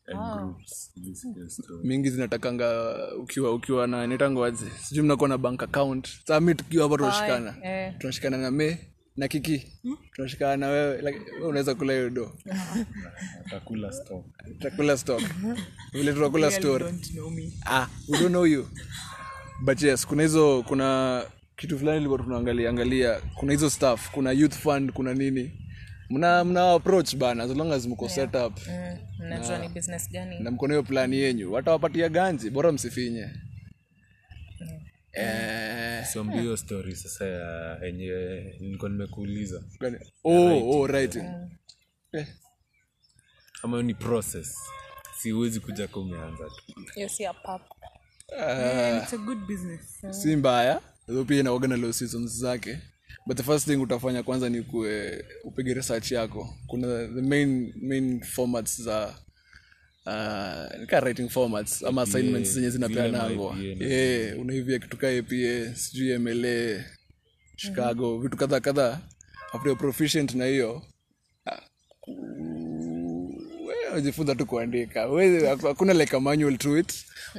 [SPEAKER 1] And groups. This is the story.
[SPEAKER 3] mingi zinatakanga ukiwa ukiwa na nitangoaje sijui mnakuwa na bank account saa mi tukiwa hapa tunashikana
[SPEAKER 4] eh.
[SPEAKER 3] tunashikana na me na kiki tunashikana na wewe like, wewe unaweza kula hiyo do
[SPEAKER 1] Utakula stock.
[SPEAKER 3] tutakula stock vile tunakula
[SPEAKER 2] Girl
[SPEAKER 3] story
[SPEAKER 2] don't know me.
[SPEAKER 3] ah, we don't know you but yes kuna hizo kuna kitu fulani ilikuwa tunaangalia angalia kuna hizo staff kuna youth fund kuna nini mna mna approach bana as long as mko set up
[SPEAKER 4] Mm, mnajua ni business gani
[SPEAKER 3] na mkono hiyo plani yenyu watawapatia ganzi bora msifinye Eh,
[SPEAKER 1] so ndio hiyo story sasa ya yenye nilikuwa nimekuuliza
[SPEAKER 3] kwani- oh, oh, writing. Eh,
[SPEAKER 1] ama hiyo ni process siwezi kuja ka umeanza tu
[SPEAKER 3] Mm.
[SPEAKER 4] hiyo si ya pap
[SPEAKER 1] Uh,
[SPEAKER 2] Yeah, it's a good business.
[SPEAKER 3] si mbaya Though pia inakuwaga na low seasons zake but the first thing utafanya kwanza ni kue, upige research yako kuna the main, main formats za uh, nika writing formats ama assignments zenye zinapeanangwa
[SPEAKER 1] vile ma-
[SPEAKER 3] yeah, unaivia kitu ka apa sijui mla chicago vitu kadhaa kadhaa after you're proficient na hiyo ujifunza tu kuandika Huwezi- haku- hakuna like a manual to it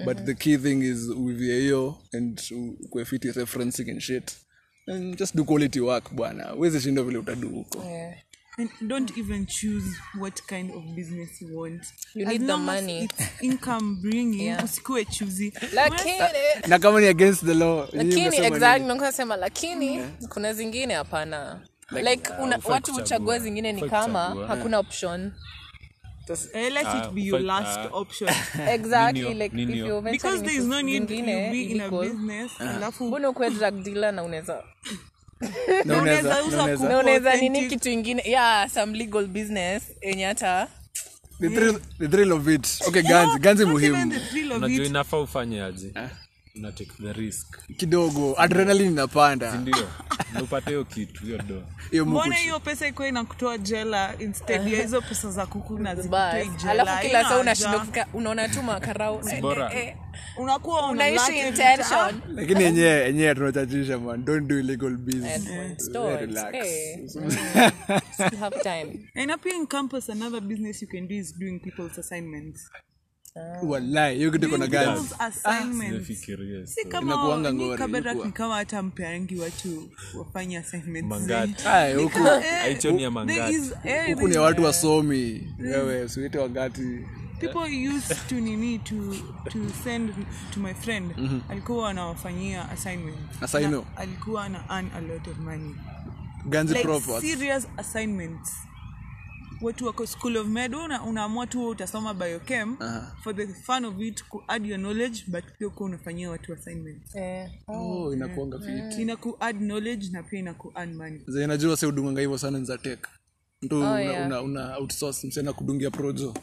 [SPEAKER 3] but the key thing is uvie hiyo and u- ukuwe fit with referencing and shit and just do quality work bwana uwezi shindwa vile utadu huko
[SPEAKER 4] yeah.
[SPEAKER 2] And don't even choose what kind of business you want.
[SPEAKER 4] You
[SPEAKER 2] as
[SPEAKER 4] need the
[SPEAKER 2] long as
[SPEAKER 4] money.
[SPEAKER 2] It's income bringing. Usikue choosy.
[SPEAKER 4] lakini
[SPEAKER 3] na kama ni against the law nyinyi
[SPEAKER 4] lakini
[SPEAKER 3] mmesema ni-
[SPEAKER 4] exactly nakuwa sema lakini
[SPEAKER 2] Mm.
[SPEAKER 4] kuna zingine hapana like
[SPEAKER 2] uh,
[SPEAKER 4] una,
[SPEAKER 1] hufai
[SPEAKER 4] watu huchagua
[SPEAKER 1] kuchagua.
[SPEAKER 4] zingine ni
[SPEAKER 1] Hufai
[SPEAKER 4] kama
[SPEAKER 1] kuchagua.
[SPEAKER 4] hakuna option
[SPEAKER 2] Eh, let it be your
[SPEAKER 1] but,
[SPEAKER 2] last
[SPEAKER 1] uh,
[SPEAKER 2] option.
[SPEAKER 4] exactly
[SPEAKER 1] Niniyo,
[SPEAKER 4] like if
[SPEAKER 1] niniyo.
[SPEAKER 4] you eventually
[SPEAKER 2] because there is no need to
[SPEAKER 4] zingine
[SPEAKER 2] be in a
[SPEAKER 4] illegal.
[SPEAKER 2] business.
[SPEAKER 1] Uh.
[SPEAKER 2] alafu
[SPEAKER 4] mbona ukuwe drug dealer na unaweza
[SPEAKER 3] na unaweza-
[SPEAKER 2] unaweza
[SPEAKER 3] na
[SPEAKER 2] uza
[SPEAKER 3] unaweza-
[SPEAKER 4] na unaweza nini
[SPEAKER 2] authentic.
[SPEAKER 4] kitu ingine yeah some legal business yenye hata
[SPEAKER 3] the thrill- the thrill of it okay ganzi ganzi
[SPEAKER 2] not even
[SPEAKER 3] muhimu
[SPEAKER 2] the thrill of
[SPEAKER 1] unajua
[SPEAKER 2] it.
[SPEAKER 1] inafaa ufanye aje una take the risk
[SPEAKER 3] kidogo adrenaline inapanda
[SPEAKER 1] ndio na upate hiyo kitu hiyo do
[SPEAKER 3] hiyo muku
[SPEAKER 2] mbona hiyo pesa ikuwa inakutoa jela instead ya hizo pesa za kuku na zikutoi
[SPEAKER 4] bas
[SPEAKER 2] jela
[SPEAKER 4] alafu kila saa
[SPEAKER 2] Haina
[SPEAKER 4] unashinda
[SPEAKER 2] haja.
[SPEAKER 4] kufika- unaona tu makarau Eh,
[SPEAKER 1] bora.
[SPEAKER 4] eh, eh.
[SPEAKER 2] unakuwa Ah.
[SPEAKER 4] unaishi
[SPEAKER 2] unalack
[SPEAKER 4] in
[SPEAKER 2] it.
[SPEAKER 4] tension
[SPEAKER 3] lakini yenyewe yenyewe tunachachisha man don't do illegal business
[SPEAKER 4] Don't.
[SPEAKER 3] Yeah, relax.
[SPEAKER 4] Eh. Still have time
[SPEAKER 2] and up here in campus another business you can do is doing people's assignments
[SPEAKER 3] walai hiyo kitu iko na ganzi
[SPEAKER 2] People's assignments.
[SPEAKER 1] fikirie
[SPEAKER 2] si kama
[SPEAKER 3] Inakuanga ngori,
[SPEAKER 2] kaberak
[SPEAKER 3] ilikuwa.
[SPEAKER 2] ni kama hata mpeangi watu wafanye assignments Eh,
[SPEAKER 1] mangati
[SPEAKER 3] Aye, huku
[SPEAKER 1] aicho ni ya
[SPEAKER 2] There
[SPEAKER 1] mangati
[SPEAKER 2] is- eh,
[SPEAKER 3] huku ni watu wasomi wewe siwite wagati
[SPEAKER 2] people used to nini to to send to my friend alikuwa anawafanyia assignment
[SPEAKER 3] Sasa you know.
[SPEAKER 2] Na alikuwa ana earn a lot of money
[SPEAKER 3] ganzi
[SPEAKER 2] like
[SPEAKER 3] proper
[SPEAKER 2] serious assignments watu wako school of med una- unaamua tu wewe utasoma biochem for the fun of it ku add your knowledge but pia ukuwa unafanyia watu assignments
[SPEAKER 4] Eh.
[SPEAKER 3] oh, inakuanga fit
[SPEAKER 2] ina ku add knowledge na pia ina ku earn money
[SPEAKER 3] Zenye najua si udunganga hivyo sana ni za tek mtu una,
[SPEAKER 4] yeah.
[SPEAKER 3] una, una outsource msichana kudungia projo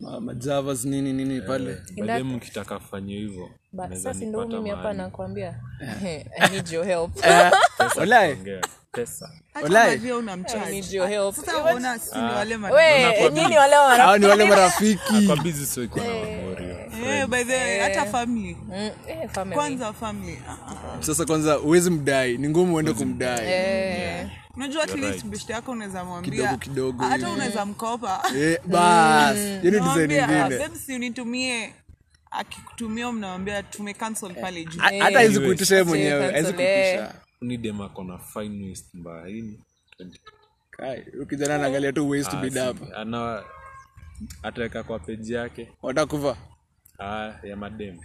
[SPEAKER 3] Ma- majavas nini nini pale
[SPEAKER 1] baadaye mkitaka kufanyia hivyo
[SPEAKER 4] Ba-
[SPEAKER 1] mnaweza
[SPEAKER 4] sasa ndo
[SPEAKER 1] nipata
[SPEAKER 4] mimi hapa
[SPEAKER 1] mahali
[SPEAKER 4] nakwambia I need your help.
[SPEAKER 3] Eh, walai
[SPEAKER 1] ongea pesa
[SPEAKER 3] Walai.
[SPEAKER 2] hata pia
[SPEAKER 4] I
[SPEAKER 2] unamcharge
[SPEAKER 4] need your help.
[SPEAKER 2] sasa unaona si ni
[SPEAKER 3] Ah.
[SPEAKER 2] wale ma-
[SPEAKER 4] We, nyinyi wale wana-
[SPEAKER 3] hao ni wale marafiki
[SPEAKER 1] kwa busy so iko na mamorio
[SPEAKER 2] Eh, by the way, hata family
[SPEAKER 4] Mm,
[SPEAKER 1] Ah.
[SPEAKER 4] eh, family.
[SPEAKER 2] kwanza family Ah, ah.
[SPEAKER 3] sasa kwanza uwezi mdai ni ngumu uende kumdai
[SPEAKER 4] Eh,
[SPEAKER 2] unajua at least beshte yako unaweza
[SPEAKER 3] Kidogo,
[SPEAKER 2] mwambia
[SPEAKER 3] kidogo
[SPEAKER 2] hata
[SPEAKER 3] hivi.
[SPEAKER 2] unaweza mkopa
[SPEAKER 3] Eh, bas hiyo ni design
[SPEAKER 2] Unamwambia, ah,
[SPEAKER 3] ingine
[SPEAKER 2] babe, si unitumie akikutumia mnawambia tume cancel pale juu
[SPEAKER 3] Ha- hata haizi
[SPEAKER 1] Eh.
[SPEAKER 3] kuitisha yeye mwenyewe
[SPEAKER 4] Sio
[SPEAKER 3] haizi
[SPEAKER 4] kansole.
[SPEAKER 3] kuitisha
[SPEAKER 1] nidem akona fine waist mbaya hii ni 20.
[SPEAKER 3] Kai, huyu kijana anaangalia tu ways to be dab
[SPEAKER 1] ana ataweka kwa peji yake
[SPEAKER 3] wataka kuva
[SPEAKER 1] ah, ya madem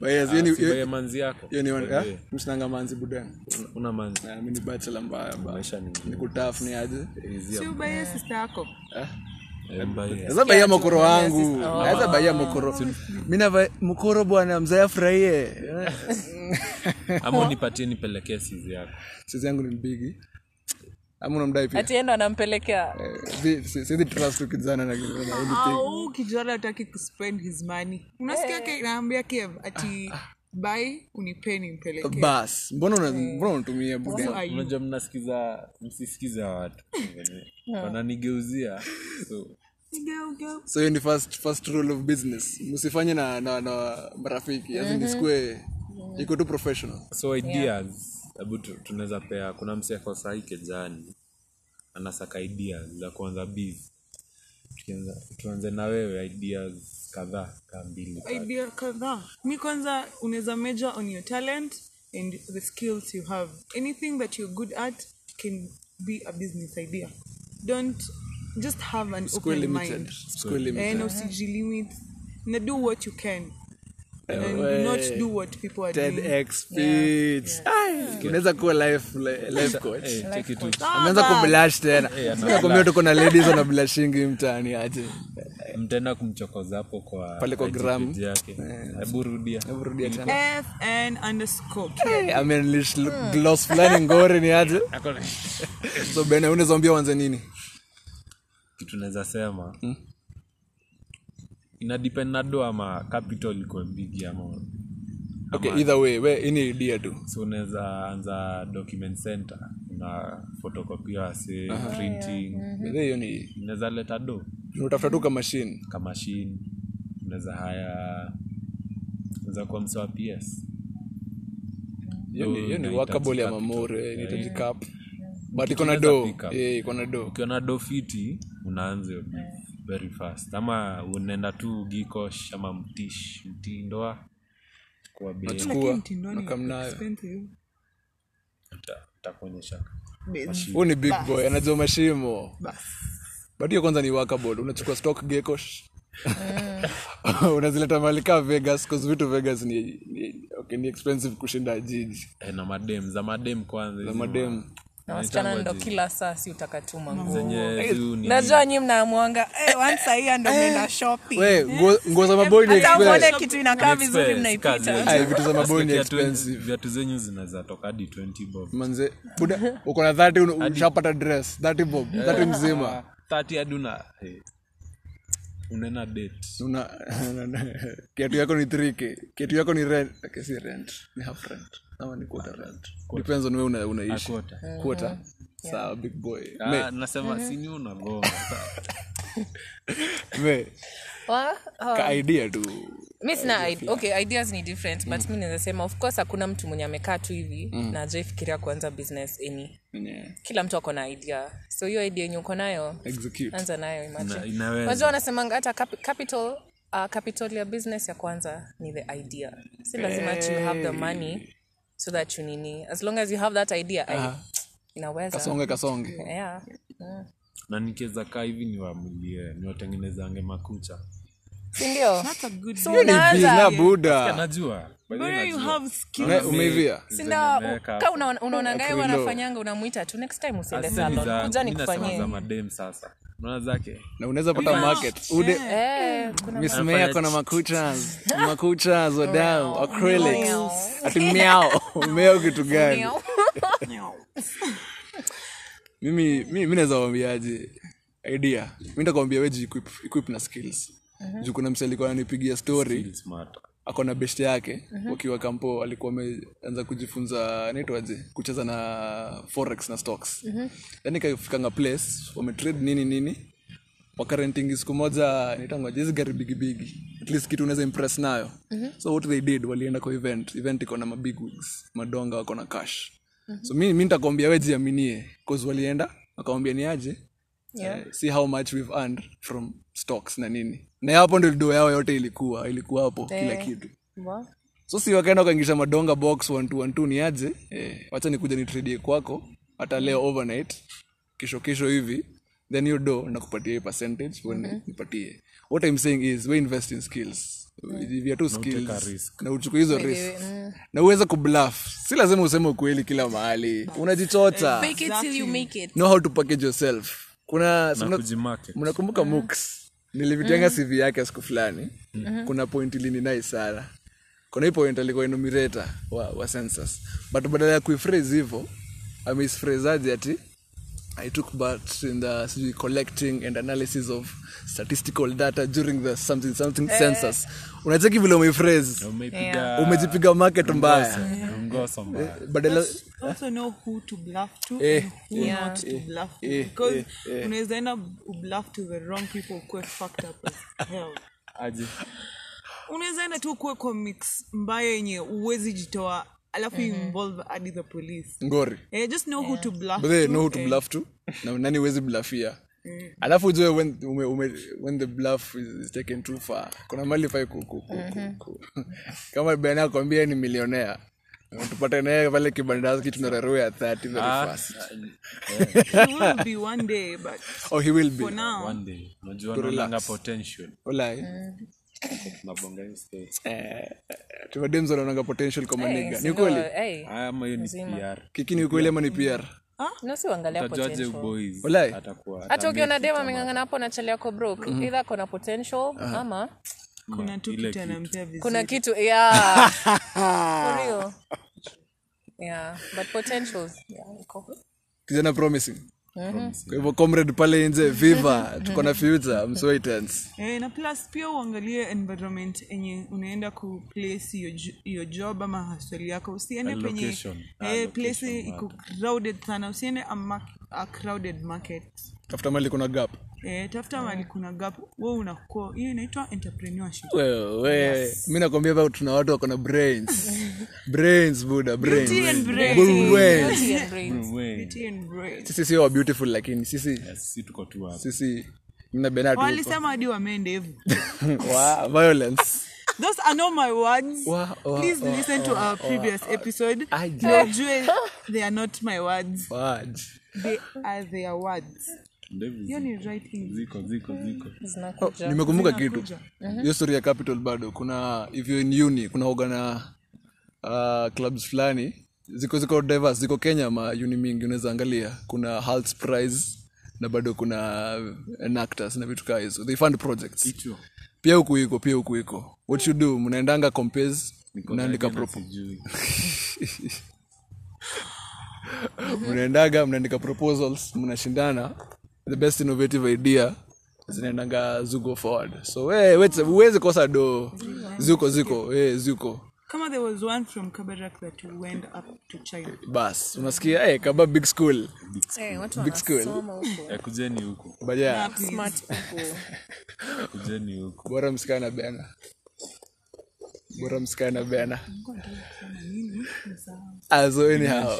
[SPEAKER 3] But yes, yaani hiyo ni- hiyo-
[SPEAKER 1] sibaye manzi yako
[SPEAKER 3] hiyo ni
[SPEAKER 1] By the
[SPEAKER 3] ah,
[SPEAKER 1] way,
[SPEAKER 3] msinanga manzi budani
[SPEAKER 1] una- una manzi
[SPEAKER 3] mi ni bachela mbaya ba.
[SPEAKER 1] maisha ni
[SPEAKER 3] ni kutaf ni aje
[SPEAKER 1] easy
[SPEAKER 2] Si ubaie sister yako
[SPEAKER 1] Eh, mbaya.
[SPEAKER 3] naweza baia mokoro wangu naweza baia mokoro mi nava mokoro bwana mzee afurahie
[SPEAKER 1] ama unipatie nipelekee sizi yako
[SPEAKER 3] sisi yangu ni mbigi ama unamdai pia Eh,
[SPEAKER 4] atienda anampelekea
[SPEAKER 3] sizi trust ukijana na na anything
[SPEAKER 2] au Ah, kijana ataki kuspend his money unasikia ke naambia kev ati bai unipeni mpeleke
[SPEAKER 3] bas mbona una- mbona unatumia budani
[SPEAKER 2] Are you-
[SPEAKER 1] unajua mnasikiza msisikiza watu wananigeuzia so
[SPEAKER 2] Sigeuge.
[SPEAKER 3] so hiyo ni first, first rule of business msifanye na, na, na marafiki mm-hmm. isikue iko tu professional
[SPEAKER 1] so ideas hebu tu- tunaweza pea kuna mseko sahii kejani anasaka ideas za kuanza biz Tukianza- tuanze na wewe ideas kadhaa kaa mbili
[SPEAKER 2] idea kadhaa mi kwanza unaweza measure on your talent and the skills you have anything that you're good at can be a business idea don't just have an
[SPEAKER 3] Isikue
[SPEAKER 2] open
[SPEAKER 3] limited
[SPEAKER 2] mind Eh,
[SPEAKER 3] Isikue limited
[SPEAKER 2] and usijilimit na do what you can and not do what people are doing
[SPEAKER 3] TEDx speech. Ai, unaweza kuwa life li- life coach
[SPEAKER 1] Eh, check it out.
[SPEAKER 2] Ah,
[SPEAKER 3] ameanza
[SPEAKER 2] bad.
[SPEAKER 3] kublash tena
[SPEAKER 1] ana
[SPEAKER 3] nakwambia tuko na ladies wana blashingi mtaani aje
[SPEAKER 1] Eh, mtaenda kumchokoza hapo kwa
[SPEAKER 3] Pale kwa
[SPEAKER 1] IG
[SPEAKER 3] gram. Eh,
[SPEAKER 1] page yake Eh, hebu rudia
[SPEAKER 3] Rudia
[SPEAKER 2] Mm.
[SPEAKER 3] tena.
[SPEAKER 2] fn underscore
[SPEAKER 3] Hey, amenilisha gloss fulani ngori ni aje
[SPEAKER 1] Ako na-
[SPEAKER 3] so bene unazoambia wanze nini
[SPEAKER 1] kitu naweza sema
[SPEAKER 3] Hmm?
[SPEAKER 1] ina depend na do ama capital ikuwe mbigi ama
[SPEAKER 3] okay either way we ini idea tu
[SPEAKER 1] so unaweza anza document center una fotokopia wase printing
[SPEAKER 3] Bethe hiyo ni
[SPEAKER 1] unaweza leta do
[SPEAKER 3] unatafuta tu ka machine
[SPEAKER 1] kamashini unaweza haya unaweza kuwa msewa ps
[SPEAKER 3] hiyo ni- hiyo ni
[SPEAKER 1] Inahitaji
[SPEAKER 3] workable ya
[SPEAKER 1] capital.
[SPEAKER 3] mamore inahitaji cap but iko na
[SPEAKER 1] Ukiweza
[SPEAKER 3] do
[SPEAKER 1] pick up.
[SPEAKER 3] Eh, iko na do
[SPEAKER 1] ukiona do fiti unaanza hiyo beef very fast ama unaenda tu gikosh ama mtish mtindoa chukua bei
[SPEAKER 3] Kuwa,
[SPEAKER 2] mtindoni
[SPEAKER 3] nakam nayo.
[SPEAKER 2] expensive.
[SPEAKER 1] uta- utakuonyesha
[SPEAKER 3] huu ni big boy anajua mashimo
[SPEAKER 2] Bas.
[SPEAKER 3] but hiyo kwanza ni workable unachukua stock gekosh
[SPEAKER 4] Mm.
[SPEAKER 3] unazileta mahali kaa vegas cause vitu vegas ni, ni, okay, ni expensive kushinda jiji
[SPEAKER 1] eh, na madem za madem kwanza
[SPEAKER 3] za
[SPEAKER 4] Mm.
[SPEAKER 1] hizi
[SPEAKER 3] mademu
[SPEAKER 4] na wasichana ndo kila saa si utakatuma nguo
[SPEAKER 1] zenye
[SPEAKER 3] Eh,
[SPEAKER 1] juu ni
[SPEAKER 4] najua nyi mnaamuanga eh, once a year ndo mnaenda shopping
[SPEAKER 3] we nguo- nguo za maboi ni
[SPEAKER 4] hata uone
[SPEAKER 3] expensive.
[SPEAKER 4] kitu inakaa vizuri
[SPEAKER 1] expense,
[SPEAKER 4] mnaipita
[SPEAKER 1] kazi.
[SPEAKER 3] Ai, vitu za maboi ni
[SPEAKER 1] Sikia tu-
[SPEAKER 3] expensive
[SPEAKER 1] viatu zenyu zinaweza toka hadi 20 bob
[SPEAKER 3] manze buda uko na 30 un- ushapata dress 30 bob 30 mzima
[SPEAKER 1] 30 hadi una eh, unaenda date
[SPEAKER 3] una kiatu yako ni 3k kiatu yako ni rent okay, si rent ni half rent ama ni quarter rent depends on wewe una, unaishi
[SPEAKER 1] quarter.
[SPEAKER 3] quarter sawa big boy
[SPEAKER 1] Ah,
[SPEAKER 3] me,
[SPEAKER 1] nasema sini unagoma
[SPEAKER 3] me
[SPEAKER 4] Wa- oh.
[SPEAKER 3] ka idea tu
[SPEAKER 4] mi sina id- okay, ideas ni different but
[SPEAKER 1] Mm.
[SPEAKER 4] mi naweza sema of course hakuna mtu mwenye amekaa tu hivi na ajaifikiria kuanza business any
[SPEAKER 3] yeah.
[SPEAKER 4] kila mtu ako na idea so hiyo idea yenye uko nayo
[SPEAKER 3] execute
[SPEAKER 4] anza nayo
[SPEAKER 1] Na-
[SPEAKER 4] imagine
[SPEAKER 1] inaweza
[SPEAKER 4] unajua wanasemanga hata cap- capital uh, capital ya business ya kwanza ni the idea si lazima hey. you
[SPEAKER 1] Eh.
[SPEAKER 4] have the money so that you nini as long as you have that idea uh-huh.
[SPEAKER 3] Ah,
[SPEAKER 4] inaweza
[SPEAKER 3] kasonge kasonge
[SPEAKER 4] yeah.
[SPEAKER 1] na nikiweza kaa hivi niwamulie niwatengenezange makucha
[SPEAKER 4] sindio
[SPEAKER 2] That's a good
[SPEAKER 4] so
[SPEAKER 2] idea.
[SPEAKER 3] na
[SPEAKER 4] unaanza
[SPEAKER 3] buda
[SPEAKER 1] najua by the way
[SPEAKER 2] Bora you
[SPEAKER 1] najua.
[SPEAKER 2] have skills.
[SPEAKER 3] Me- umeivia
[SPEAKER 4] Sinda,
[SPEAKER 1] Zenye nimeweka
[SPEAKER 4] u-
[SPEAKER 1] hapo.
[SPEAKER 4] ka una- unaona ngaye
[SPEAKER 3] Akilo.
[SPEAKER 4] wanafanyanga unamwita tu next time usiende
[SPEAKER 1] Asili za-
[SPEAKER 4] salon kuja
[SPEAKER 1] mi nasema
[SPEAKER 4] nikufanyie
[SPEAKER 1] za madem sasa naona zake
[SPEAKER 3] na unaweza pata market ude
[SPEAKER 4] Eh, kuna
[SPEAKER 3] Miss May ako na makuchas makuchas wadau acrylics
[SPEAKER 4] Meow.
[SPEAKER 3] ati miao meo kitu gani
[SPEAKER 4] Meow.
[SPEAKER 3] mimi mi, mi naweza waambiaje idea mi ntakwambia weji equip, equip na skills juu kuna msi alikuwa ananipigia story
[SPEAKER 1] It's matter.
[SPEAKER 3] ako na best yake wakiwa kampo alikuwa ameanza kujifunza naitwaje kucheza na forex na stocks yani kafikanga place wametrade nini nini wakarentingi siku moja nitangajezi gari bigibigi at least kitu unaweza impress nayo so what they did walienda kwa event event iko na mabig wigs madonga wako na cash so mi, mi nitakwambia we jiaminie cause walienda wakawambia ni aje
[SPEAKER 4] Yeah.
[SPEAKER 3] eh, see how much we've earned from stocks na nini na hapo ndio do yao yote ilikuwa ilikuwa hapo kila kitu
[SPEAKER 4] Mbwa.
[SPEAKER 3] so si wakaenda wakaingisha madonga box one, two, one, two, ni aje eh, wacha nikuja nitradie kwako hata leo overnight kesho kesho hivi then hiyo do nakupatia hii percentage wewe ni- nipatie what i'm saying is we invest in skills viatu skills na uchukue hizo risk na uweze kublaf si lazima useme ukweli kila mahali unajichota
[SPEAKER 4] Fake it till you make it.
[SPEAKER 3] know how to package yourself kuna si mna-
[SPEAKER 1] kujimarket.
[SPEAKER 3] mnakumbuka mux nilivitianga cv yake siku fulani kuna point ilinidai sana kuna hii point alikuwa enumerata wa, wa census but badala ya kuifrase hivo ameisfraseaje ati i took part in the sijui collecting and analysis of statistical data during the something something census unacheki vile umeifrase
[SPEAKER 1] Umeipiga-
[SPEAKER 3] umejipiga market mbaya
[SPEAKER 1] Ngoso- ngoso mbaya.
[SPEAKER 3] badala
[SPEAKER 2] also know who to bluff to
[SPEAKER 3] Eh,
[SPEAKER 2] and who not to bluff to because unaweza enda ubluff to the wrong people ukuwe fucked up as hell
[SPEAKER 1] Aje.
[SPEAKER 2] unaweza enda tu ukuwe kwa mix mbaya yenye uwezi jitoa alafu you involve hadi the police
[SPEAKER 3] ngori
[SPEAKER 2] eh, just know who to bluff
[SPEAKER 3] But they
[SPEAKER 2] to
[SPEAKER 3] know who to
[SPEAKER 2] and-
[SPEAKER 3] bluff to na nani huwezi blafia alafu ujue when, ume, ume, when the bluff is, is taken too far kuna mali fai ku, ku, ku, ku. kama bena akwambia ni milionea tupate naye pale kibanda kitu nararue ya 30 very fast
[SPEAKER 2] He will be one day but
[SPEAKER 3] oh he will be
[SPEAKER 2] for
[SPEAKER 4] Ah.
[SPEAKER 2] now
[SPEAKER 1] One day. Unajua naonanga potential.
[SPEAKER 3] Walai.
[SPEAKER 1] Nabonga hiyo stage.
[SPEAKER 3] Eh, tumademzo naonanga potential kwa maniga
[SPEAKER 4] Eh,
[SPEAKER 3] ni
[SPEAKER 4] sindo,
[SPEAKER 3] ukweli
[SPEAKER 4] eh.
[SPEAKER 1] Haya, ama Ah, hiyo ni PR.
[SPEAKER 3] kiki ni ukweli ama ni pr
[SPEAKER 4] no si uangalia
[SPEAKER 1] utajuaje
[SPEAKER 4] potential.
[SPEAKER 1] boys
[SPEAKER 3] Walai.
[SPEAKER 1] atakuwa
[SPEAKER 4] hata
[SPEAKER 1] atabia
[SPEAKER 4] ukiona dem
[SPEAKER 1] kitu
[SPEAKER 4] ameng'ang'ana hapo nachelea ko broke
[SPEAKER 1] Mhm.
[SPEAKER 4] either kuna potential ama
[SPEAKER 2] kuna tu
[SPEAKER 1] ile
[SPEAKER 2] kitu
[SPEAKER 1] kitu.
[SPEAKER 2] anampea vizuri
[SPEAKER 4] kuna kitu yeah. For real. Yeah, but potentials, yeah, iko.
[SPEAKER 3] kijana promising kwa hivyo comrade pale nje viva tuko na future I'm so intense.
[SPEAKER 2] Eh, na plus pia uangalie environment enye unaenda kuplace hiyo ju- hiyo job ama haswali yako usiende
[SPEAKER 1] And
[SPEAKER 2] penye
[SPEAKER 1] location. Ah,
[SPEAKER 2] eh,
[SPEAKER 1] location
[SPEAKER 2] place iko crowded sana usiende a, ma- a crowded market
[SPEAKER 3] tafuta mali kuna gap
[SPEAKER 2] eh, tafuta mali kuna gap wo unakuwa hiyo inaitwa entrepreneurship
[SPEAKER 3] mi nakwambia hapa tuna watu wako na brains brains buda brains.
[SPEAKER 2] Beauty and brains.
[SPEAKER 3] Brains.
[SPEAKER 4] Beauty and brains.
[SPEAKER 3] Mm.
[SPEAKER 1] we,
[SPEAKER 2] Beauty and brains.
[SPEAKER 3] sisi sio wa beautiful lakini sisi
[SPEAKER 1] si tuko tu hapa
[SPEAKER 3] sisi mna benatu
[SPEAKER 2] walisema hadi wameendevu
[SPEAKER 3] wow, violence
[SPEAKER 2] those are not my words
[SPEAKER 3] Wa- wa-
[SPEAKER 2] please
[SPEAKER 3] wa-
[SPEAKER 2] listen to our previous episode
[SPEAKER 3] Aje.
[SPEAKER 2] na ujue they are not my words
[SPEAKER 3] Waj.
[SPEAKER 2] they are their words
[SPEAKER 1] Ndevu
[SPEAKER 2] hiyo
[SPEAKER 1] zi-
[SPEAKER 2] ni right thing
[SPEAKER 1] ziko ziko ziko
[SPEAKER 4] Mm. Zinakuja.
[SPEAKER 3] Oh, nimekumbuka kitu
[SPEAKER 2] Zinakuja.
[SPEAKER 3] hiyo story ya capital bado kuna if you're in uni kuna oga na uh, clubs fulani ziko ziko diverse ziko kenya ma uni mingi unaweza angalia kuna Halts prize na bado kuna uh, Enactus na vitu kaa hizo they fund projects
[SPEAKER 1] Kichwa.
[SPEAKER 3] pia huku iko pia huku iko what you do mnaendanga compes
[SPEAKER 1] Niko
[SPEAKER 3] mnaandika
[SPEAKER 1] naje na
[SPEAKER 3] propo
[SPEAKER 1] sijui.
[SPEAKER 3] mnaendaga mnaandika proposals mnashindana the best innovative idea zinaendanga zugo forward so we- we- huwezi kosa do ziko ziko eh, ziko
[SPEAKER 2] kama there was one from kabarak that went up to china
[SPEAKER 3] bas unasikia hey, kaba big school
[SPEAKER 4] Eh, watu
[SPEAKER 3] Big school.
[SPEAKER 4] wanasoma huko.
[SPEAKER 1] Eh, kujeni huku
[SPEAKER 3] but yeah
[SPEAKER 4] Smart people.
[SPEAKER 1] kujeni huku
[SPEAKER 3] bora msikae na bena bora msikae na bena Ah, so anyhow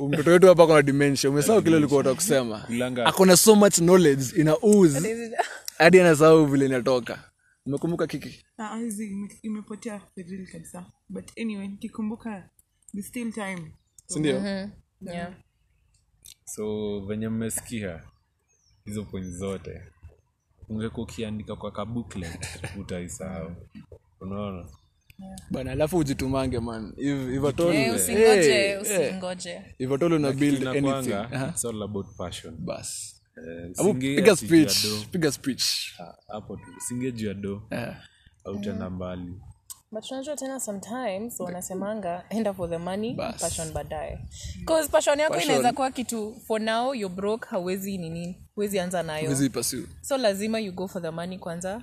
[SPEAKER 3] uh, mtoto wetu hapa akona dementia umesahau kile ulikuwa utakusema
[SPEAKER 1] Kulanga.
[SPEAKER 3] akona so much knowledge ina ooze. hadi anasahau vile inatoka umekumbuka kiki
[SPEAKER 2] Ah, hizi ime- imepotea for real kabisa but anyway nikikumbuka ni still time
[SPEAKER 3] sindio
[SPEAKER 4] Mhm. Yeah.
[SPEAKER 1] so venye mmesikia hizo point zote ungekuwa ukiandika kwa kabooklet utaisahau unaona
[SPEAKER 3] bana alafu ujitumange man If- if at all-
[SPEAKER 4] Eh,
[SPEAKER 3] Hey,
[SPEAKER 4] usingoje
[SPEAKER 3] hey.
[SPEAKER 4] usingoje
[SPEAKER 3] If at all una build anything
[SPEAKER 1] inakwanga
[SPEAKER 3] Aha,
[SPEAKER 1] it's all about passion
[SPEAKER 3] bas
[SPEAKER 1] Eh,
[SPEAKER 3] Abu,
[SPEAKER 1] usiingie
[SPEAKER 3] piga
[SPEAKER 1] ati juu ya
[SPEAKER 3] speech
[SPEAKER 1] do.
[SPEAKER 3] piga speech
[SPEAKER 1] Ah, hapo tu usiingie juu ya do au tena mbali
[SPEAKER 4] but unajua tena sometimes wanasemanga enda for the money
[SPEAKER 3] Bas.
[SPEAKER 4] passion baadaye bause passion yako
[SPEAKER 3] Passion.
[SPEAKER 4] inaweza kuwa kitu for now you broke hawezi nini huwezi anza nayo
[SPEAKER 3] hizi pasiu
[SPEAKER 4] so lazima you go for the money kwanza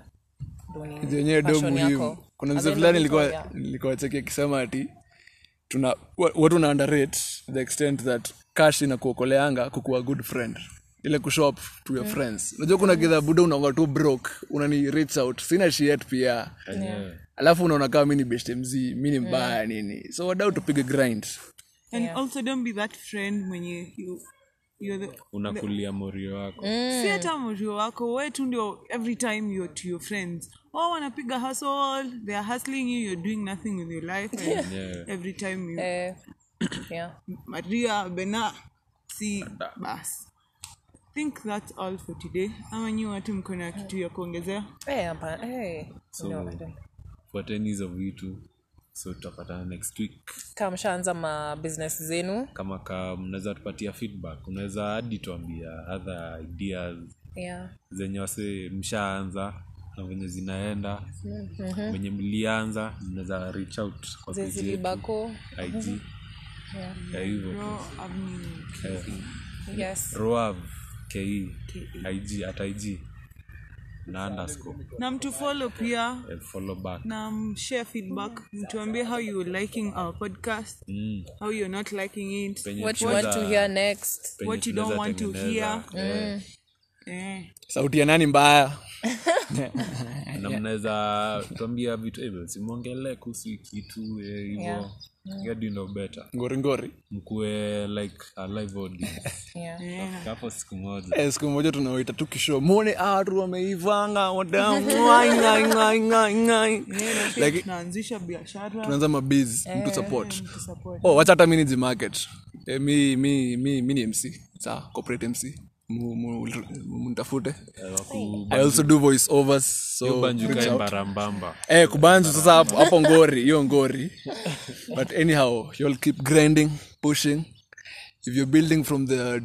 [SPEAKER 4] ndo nini,
[SPEAKER 3] zenyewe do
[SPEAKER 4] passion
[SPEAKER 3] muhimu
[SPEAKER 4] yako.
[SPEAKER 3] kuna
[SPEAKER 4] At the
[SPEAKER 3] mzee
[SPEAKER 4] end
[SPEAKER 3] fulani
[SPEAKER 4] of it all,
[SPEAKER 3] nilikuwa
[SPEAKER 4] yeah.
[SPEAKER 3] nilikuwa cheki akisema ati tuna wa- watu una underrate the extent that cash inakuokoleanga kukuwa good friend ile kushop to
[SPEAKER 4] Mm.
[SPEAKER 3] your friends unajua kuna kidha buda unaonga tu broke unani reach out sina shiet pia
[SPEAKER 1] enyewe
[SPEAKER 3] alafu unaona kama mi ni beshtmz mi ni
[SPEAKER 4] Mm.
[SPEAKER 3] mbaya nini so wadau tupige grind
[SPEAKER 2] and also don't be that friend mwenye you, you're the,
[SPEAKER 1] unakulia morio wako
[SPEAKER 4] Mm,
[SPEAKER 2] si hata mrio wako we tu ndio every time you're to your friends wao wanapiga hustle they are hustling you you're doing nothing with your life and
[SPEAKER 1] enyewe
[SPEAKER 2] every time you
[SPEAKER 4] Eh, yeah.
[SPEAKER 2] maria bena si bas think that's all for today ama nyi watu mko na kitu ya kuongezea
[SPEAKER 4] Eh, hapa, eh. No,
[SPEAKER 1] so
[SPEAKER 4] I don't.
[SPEAKER 1] fuateni hizo vitu so tutapatana next week
[SPEAKER 4] kama mshaanza ma business zenu
[SPEAKER 1] kama ka mnaweza tupatia feedback unaweza hadi tuambia other ideas
[SPEAKER 4] yeah.
[SPEAKER 1] zenye wase mshaanza na venye zinaenda
[SPEAKER 4] Mhm.
[SPEAKER 1] venye mlianza mnaweza reach out kwa page yetu,
[SPEAKER 4] zezilibako
[SPEAKER 1] IG.
[SPEAKER 4] Mhm.
[SPEAKER 1] ya hivyo Eh,
[SPEAKER 2] Bro, I've been-
[SPEAKER 4] yes
[SPEAKER 1] roav ke ig at ig na underscore
[SPEAKER 2] na mtu follow pia
[SPEAKER 1] Eh, follow back
[SPEAKER 2] na mshare feedback mtuambie how you liking our podcast
[SPEAKER 1] Mm,
[SPEAKER 2] how you're not liking it
[SPEAKER 1] penye
[SPEAKER 4] what you
[SPEAKER 1] tunaweza-
[SPEAKER 4] want to hear next
[SPEAKER 1] penye
[SPEAKER 2] What you don't
[SPEAKER 1] tunaweza
[SPEAKER 2] want to
[SPEAKER 1] tengeneza, eh,
[SPEAKER 2] eh.
[SPEAKER 3] sauti ya nani mbaya
[SPEAKER 1] Eh,
[SPEAKER 4] Mm.
[SPEAKER 1] na mnaweza tuambia vitu hivyo simwongelee kuhusu hii kitu eh, hivyo hadi ndo beta
[SPEAKER 3] ngoringori
[SPEAKER 1] mkuwe like a live audience
[SPEAKER 4] yeah.
[SPEAKER 1] hapo siku moja
[SPEAKER 3] Eh, siku moja tunawaita tukisho mone atu ah, wameivanga wadamu ai, ai, ai, ai, ai."
[SPEAKER 2] Eh, na pia
[SPEAKER 3] Laki-
[SPEAKER 2] tunaanzisha biashara
[SPEAKER 3] tunaanza mabiz mtu support
[SPEAKER 2] to support
[SPEAKER 3] oh, wacha hata mi niji market eh, mi, mi, mi, mi ni mc saa corporate mc Mu- mu- mu- mnitafute i also do voice overs so
[SPEAKER 1] banjukae mbarambamba
[SPEAKER 3] eh, kubanzu sasa hapo hapo ngori hiyo ngori but anyhow you'll keep grinding pushing if you're building from the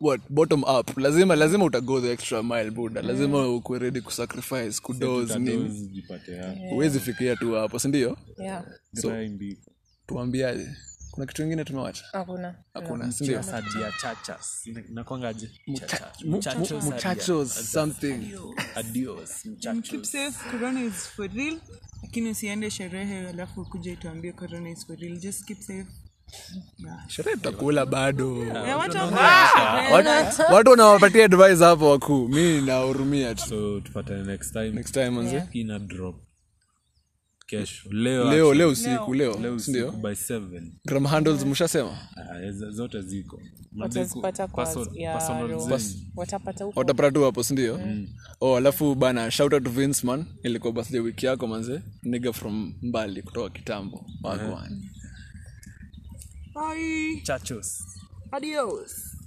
[SPEAKER 3] what bottom up lazima lazima utago the extra mile buda lazima ukuwe ready kusacrifice kudos nini
[SPEAKER 1] jipate hapo
[SPEAKER 3] huwezi fikiria tu hapo sindio
[SPEAKER 4] yeah
[SPEAKER 1] grind iko
[SPEAKER 3] tuambiaje kuna kitu ingine tumewacha
[SPEAKER 4] hakuna
[SPEAKER 3] kuna sindio
[SPEAKER 1] sadia chachas Ina- inakwangaje Chacha.
[SPEAKER 3] Mu- mu- muchachos something
[SPEAKER 1] adios
[SPEAKER 2] And keep safe corona is for real lakini usiende sherehe alafu kuja tuambie corona is for real just keep safe
[SPEAKER 3] sherehe tutakula bado
[SPEAKER 2] yeah, watu wako-
[SPEAKER 3] Watu- watu wanawapatia advice hapo wakuu mi nahurumia tu
[SPEAKER 1] so tupatane next time
[SPEAKER 3] next time manze
[SPEAKER 1] ina drop kesho leo
[SPEAKER 3] leo
[SPEAKER 1] actually.
[SPEAKER 3] leo usiku leo
[SPEAKER 1] Leo
[SPEAKER 3] sindio
[SPEAKER 1] usiku by 7
[SPEAKER 3] gram handles mshasema
[SPEAKER 1] Ah, z- zote ziko
[SPEAKER 4] watazipata kwa
[SPEAKER 1] Person-
[SPEAKER 4] ya
[SPEAKER 1] personal
[SPEAKER 4] room.
[SPEAKER 1] zenyu.
[SPEAKER 4] watapata huko
[SPEAKER 3] watapata tu hapo sindio oh alafu bana shout out to vince man ilikuwa birthday wiki yako manze niga from mbali kutoka kitambo wagwan
[SPEAKER 2] Bye.
[SPEAKER 1] chachos
[SPEAKER 2] Adios.